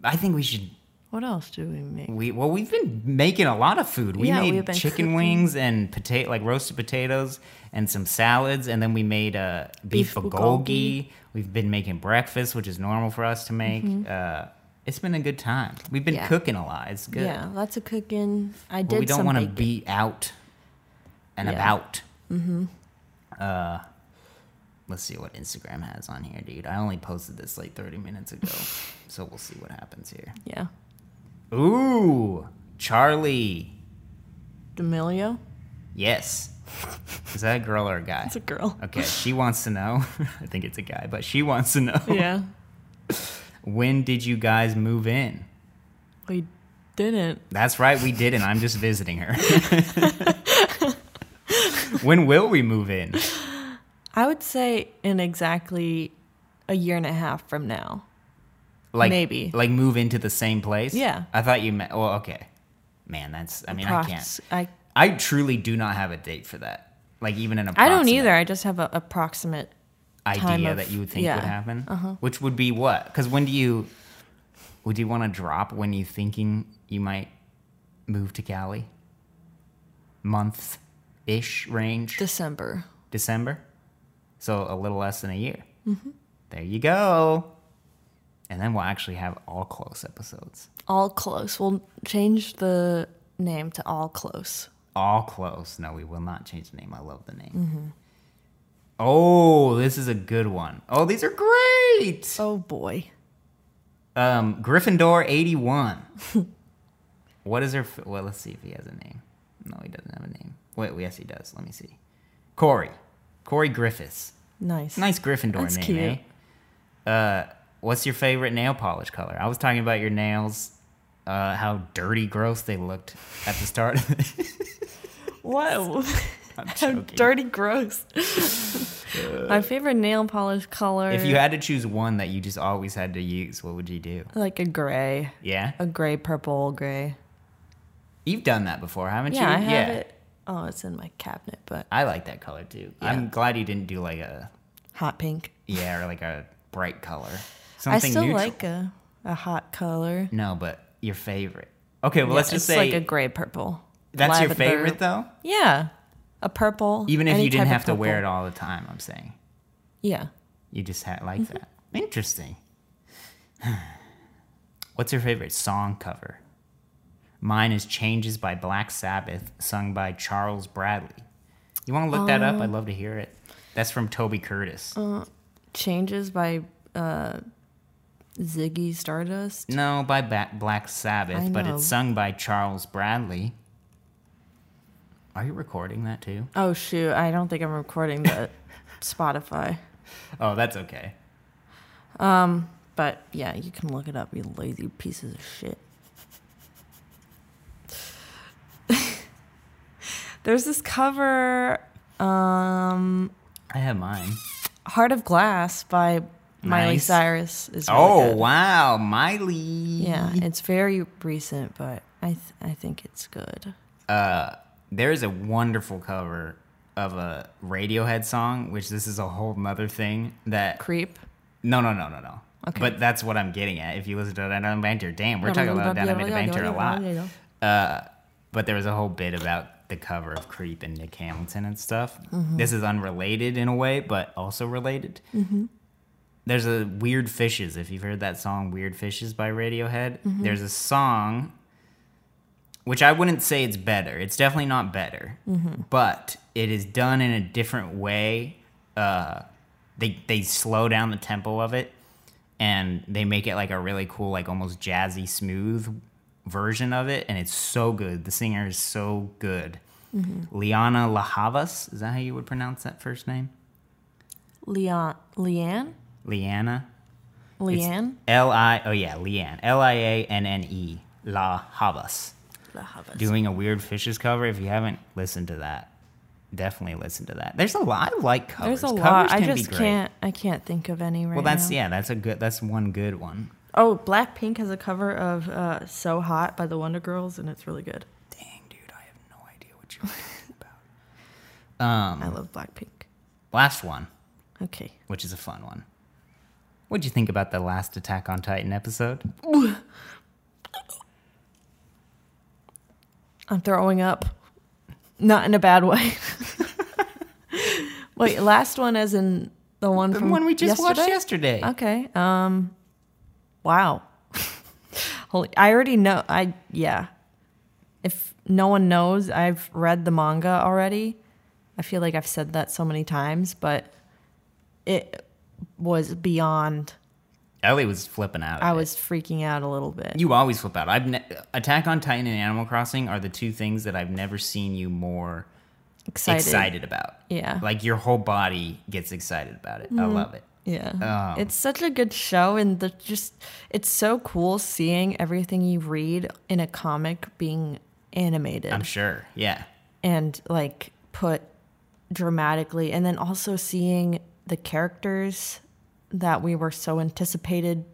I think we should.
what else do we make?
We well, we've been making a lot of food. We
Yeah, we've
made
been
chicken
cooking.
wings and potato, like roasted potatoes, and some salads, and then we made uh, beef,
Beef
bulgogi.
bulgogi.
We've been making breakfast, which is normal for us to make. Uh, it's been a good time. We've been
Mm-hmm. Yeah.
cooking a lot. It's good.
Yeah, lots of cooking. I
But
did.
we don't
want to
be out and
Yeah.
about. Mm-hmm. Uh, let's see what Instagram has on here, dude. I only posted this like 30 minutes ago, so we'll see what happens here.
Yeah,
Ooh, Charlie.
D'Amelio.
Yes. Is that a girl or a guy?
It's a girl.
okay, she wants to know. I think it's a guy, but she wants to know.
yeah,
When did you guys move in?
we didn't.
That's right, we didn't. I'm just visiting her. when will we move in?
I would say in exactly a year and a half from now.
Like
Maybe.
Like move into the same place?
Yeah.
I thought you meant. Well, okay. Man, that's. I mean, I can't.
Prox- I
I truly do not have a date for that. Like even an.
I don't
approximate
either. I just have an approximate. time
Idea
of-
that you would think
yeah. Uh-huh.
would happen, which would be what? Because when do you? Would you want to drop when you thinking you might move to Cali? Month ish range.
December.
December. So a little less than a year.
Mm-hmm.
There you go. And then we'll actually have all close episodes.
All close. We'll change the name to All Close.
All close. No, we will not change the name. I love the name.
Mm-hmm.
Oh, this is a good one. Oh, these are great.
Oh boy.
Um, Gryffindor 81. what is her. f- Well, let's see if he has a name. No, he doesn't have a name. Wait, yes, he does. Let me see. Corey. Corey Griffiths.
Nice.
Nice Gryffindor
That's
name,
cute.
eh? Uh, what's your favorite nail polish color? I was talking about your nails, uh, how dirty, gross they looked at the start.
Whoa.
I'm joking.
Dirty gross. My favorite nail polish color.
If you had to choose one that you just always had to use, what would you do?
like a gray,
Yeah,
a gray purple gray.
you've done that before, haven't
Yeah,
you?
I have it. Oh, it's in my cabinet, but
I like that color too. I'm glad you didn't do like a
hot pink.
yeah or like a bright color.
I
Something
still
neutral.
like a, a hot color.
no, but your favorite. Okay, well
Yeah,
let's just say
it's like a gray purple.
that's your
Lavender.
favorite though.
Yeah, a purple.
Even if you didn't have to wear it all the time, I'm saying.
Yeah,
You just had like
Mm-hmm.
that. Interesting. What's your favorite song cover? Mine is Changes by Black Sabbath, sung by Charles Bradley. You want to look that up?
Oh.
I'd love to hear it. That's from Toby Curtis.
changes by uh, Ziggy Stardust.
no, by ba- Black Sabbath,
I
but
know.
it's sung by Charles Bradley. Are you recording that too?
Oh shoot! I don't think I'm recording the Spotify,
Oh, that's okay.
but yeah, you can look it up. You lazy pieces of shit. There's this cover. Um,
I have mine.
Heart of Glass by Miley
Nice.
Cyrus is really
oh
good.
wow, Miley.
Yeah, it's very recent, but I th- I think it's good.
There is a wonderful cover of a Radiohead song, which this is a whole nother thing that
Creep.
No, no, no, no, no.
Okay.
But that's what I'm getting at. If you listen to Down Banter, damn, we're talking about Down Banter a lot. But there was a whole bit about the cover of Creep and Nick Hamilton and stuff. This is unrelated in a way, but also related. There's a Weird Fishes. If you've heard that song, Weird Fishes by Radiohead, there's a song which I wouldn't say it's better. It's definitely not better, but it is done in a different way. Uh, they they slow down the tempo of it, and they make it like a really cool, like almost jazzy, smooth version of it, and it's so good. The singer is so good.
Mm-hmm.
Liana Lahavas, is that how you would pronounce that first name?
Leon, Leanne,
Liana. It's
Leanne,
L I. Oh yeah, Liane. L I A N N E. La Havas.
La Havas.
doing a weird fishes cover. If you haven't listened to that, definitely listen to that. There's a lot. I like covers.
There's a
covers
lot. I
can be
just
great.
can't. I can't think of any right
Well, that's
now.
yeah. That's a good. That's one good one.
Oh, Blackpink has a cover of uh, "So Hot" by the Wonder Girls, and it's really good.
Dang, dude, I have no idea what you're talking about. Um.
I love Blackpink.
Last one,
Okay.
which is a fun one. What'd you think about the last Attack on Titan episode?
I'm throwing up. Not in a bad way. Wait, last one as in the one
The
from
one we just watched
yesterday?
yesterday.
Okay. Um wow. Holy I already know I yeah. If no one knows, I've read the manga already. I feel like I've said that so many times, but it was beyond
Ellie was flipping out. at
I
it.
was freaking out a little bit.
You always flip out. I've ne- Attack on Titan and Animal Crossing are the two things that I've never seen you more
excited.
excited about.
Yeah.
Like your whole body gets excited about it.
Mm-hmm.
I love it. um,
Yeah. it's such a good show and the just it's so cool seeing everything you read in a comic being animated.
I'm sure. Yeah.
and like put dramatically and then also seeing the characters that we were so anticipated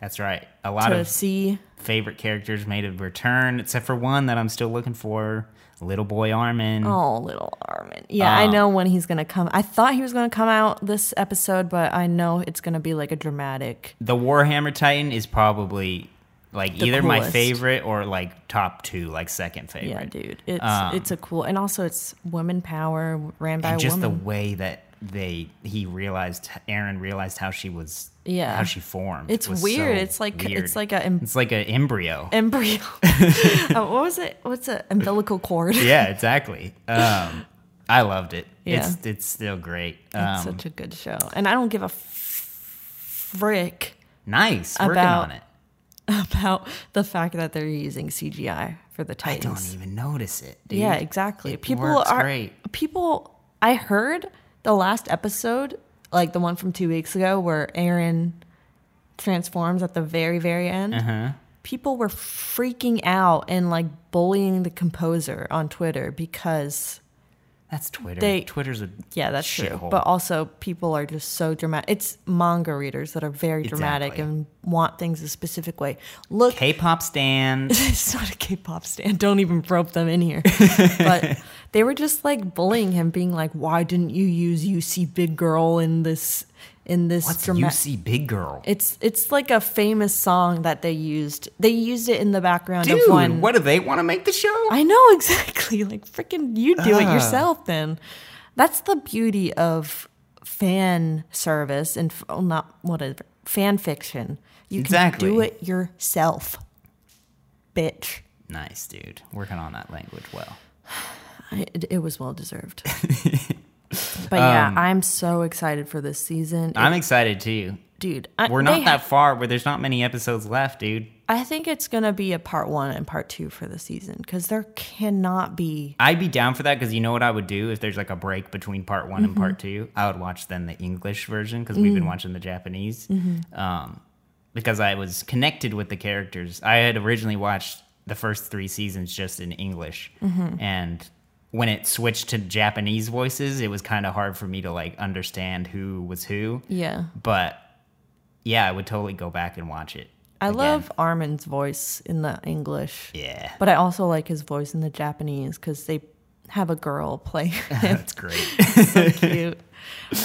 That's right. A lot
to
of
see
favorite characters made a return, except for one that I'm still looking for Little Boy Armin.
oh little armin yeah
Uh,
i know when he's gonna come i thought he was gonna come out this episode but i know it's gonna be like a dramatic
The Warhammer Titan is probably like
The
either my
coolest.
favorite or like top two, like second favorite.
yeah dude it's it's a cool and also it's women power ran by
Um, and just
women
the way that they he realized Aaron realized how she was
Yeah.
how she formed.
it's
was
weird
so
it's like
weird.
it's like a em-
it's like an embryo.
embryo Uh, what was it what's an umbilical cord
yeah, exactly. Um, I loved it.
Yeah.
It's it's still great.
It's
Um,
such a good show. And I don't give a f- frick
nice working
about-
on it.
about the fact that they're using CGI for the
I don't
Titans.
even notice it. Dude.
Yeah, exactly.
It
people
works
are
great.
people I heard the last episode, like the one from 2 weeks ago where Aaron transforms at the very very end.
Uh-huh.
People were freaking out and like bullying the composer on Twitter because
That's Twitter.
They-
Twitter's a
Yeah, that's true.
shithole.
But also, people are just so dramatic. It's manga readers that are very dramatic
Exactly.
and want things a specific way. Look,
K-pop stand.
it's not a K-pop stand. Don't even rope them in here. but they were just like bullying him, being like, "Why didn't you use UC Big Girl in this in this
What's
drama-
UC Big Girl?
It's it's like a famous song that they used. They used it in the background
Dude,
of one.
what do they want to make the show?
I know exactly. Like freaking you do it
Ugh.
yourself then. That's the beauty of fan service and f- oh, not whatever fan fiction. You
Exactly.
can do it yourself. Bitch.
nice, dude. Working on that language well.
I, it, it was well deserved. but yeah,
Um,
I'm so excited for this season. It-
I'm excited too.
dude, I,
We're
they
not
ha-
that far where there's not many episodes left, dude.
I think it's going to be a part 1 and part 2 for the season cuz there cannot be
I'd be down for that because you know what I would do if there's like a break between part one and part two? I would watch then the English version because we've been watching the Japanese. Um, because I was connected with the characters. I had originally watched the first three seasons just in English. And when it switched to Japanese voices, it was kind of hard for me to like understand who was who.
Yeah.
But yeah, I would totally go back and watch it.
I
again.
love Armin's voice in the English.
Yeah.
But I also like his voice in the Japanese because they have a girl play him.
That's great.
so cute.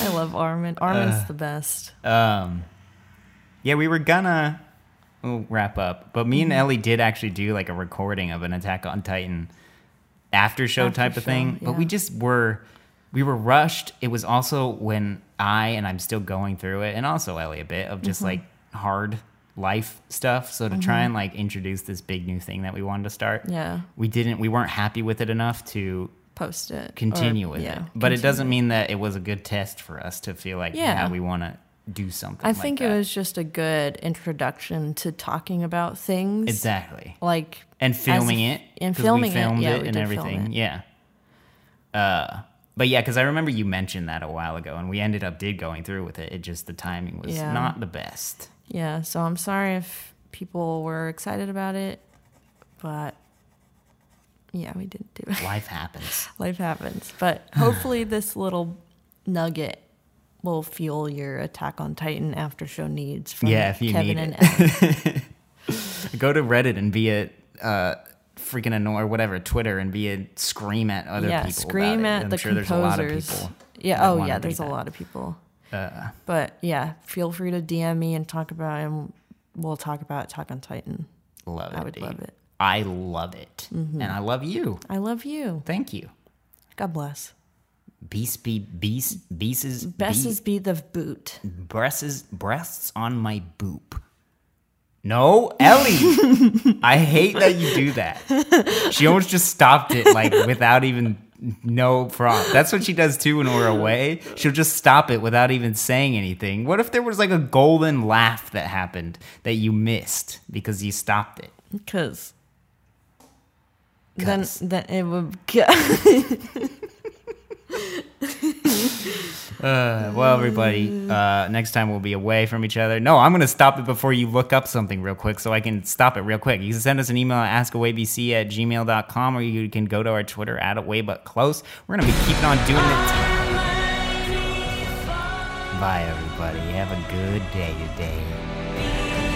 I love Armin. Armin's
Uh,
the best.
Um, yeah, we were gonna we'll wrap up, but me and
Mm-hmm.
Ellie did actually do like a recording of an Attack on Titan after show
After
type of thing.
show,
But we
yeah.
just were we were rushed. It was also when I and I'm still going through it, and also Ellie a bit of
Mm-hmm.
just like hard life stuff. So to try and like introduce this big new thing that we wanted to start,
Yeah.
we didn't. We weren't happy with it enough to
Post it. or-
continue with
yeah,
it. But it
continue.
doesn't mean that it was a good test for us to feel like
Yeah.
yeah, we want to do something.
I
like
think
that.
it was just a good introduction to talking about things.
exactly
Like
and filming
as-
it
and
'cause
filming it,
we filmed
yeah,
it
we
and
did
everything.
film it.
Yeah. Uh, but yeah, because I remember you mentioned that a while ago, and we ended up did going through with it. It just the timing was
Yeah.
not the best.
Yeah, so I'm sorry if people were excited about it, but yeah, we didn't do it.
Life happens.
Life happens. But hopefully, this little nugget will fuel your Attack on Titan after show needs from
Yeah, if you
Kevin
need
and Ellen.
Go to Reddit and be a uh, freaking annoy or whatever Twitter and be a scream at other
yeah,
people. about
scream
it.
at
I'm
the
sure
composers.
there's a lot of people. that
yeah, oh
wanna
yeah,
do
there's a
that.
lot of people.
Uh,
But yeah, feel free to DM me and talk about it. And we'll talk about Attack on Titan.
love
I
it.
would
dude.
love it. Mm-hmm.
I love it, and I love you.
I love you.
Thank you.
God bless.
Beast be beast beasts
Best is be the boot.
Mm-hmm. breasts breasts on my boop. No, Ellie. I hate that you do that. She almost just stopped it like without even no prompt. That's what she does too when we're away. She'll just stop it without even saying anything. What if there was like a golden laugh that happened that you missed because you stopped it?
Because then,
Cuz.
then it would.
Uh, well, everybody, uh, next time we'll be away from each other. No, I'm going to stop it before you look up something real quick so I can stop it real quick. You can send us an email at askawaybc at gmail.com or you can go to our Twitter at awaybutclose. We're going to be keeping on doing it. Bye, everybody. Have a good day today.
Be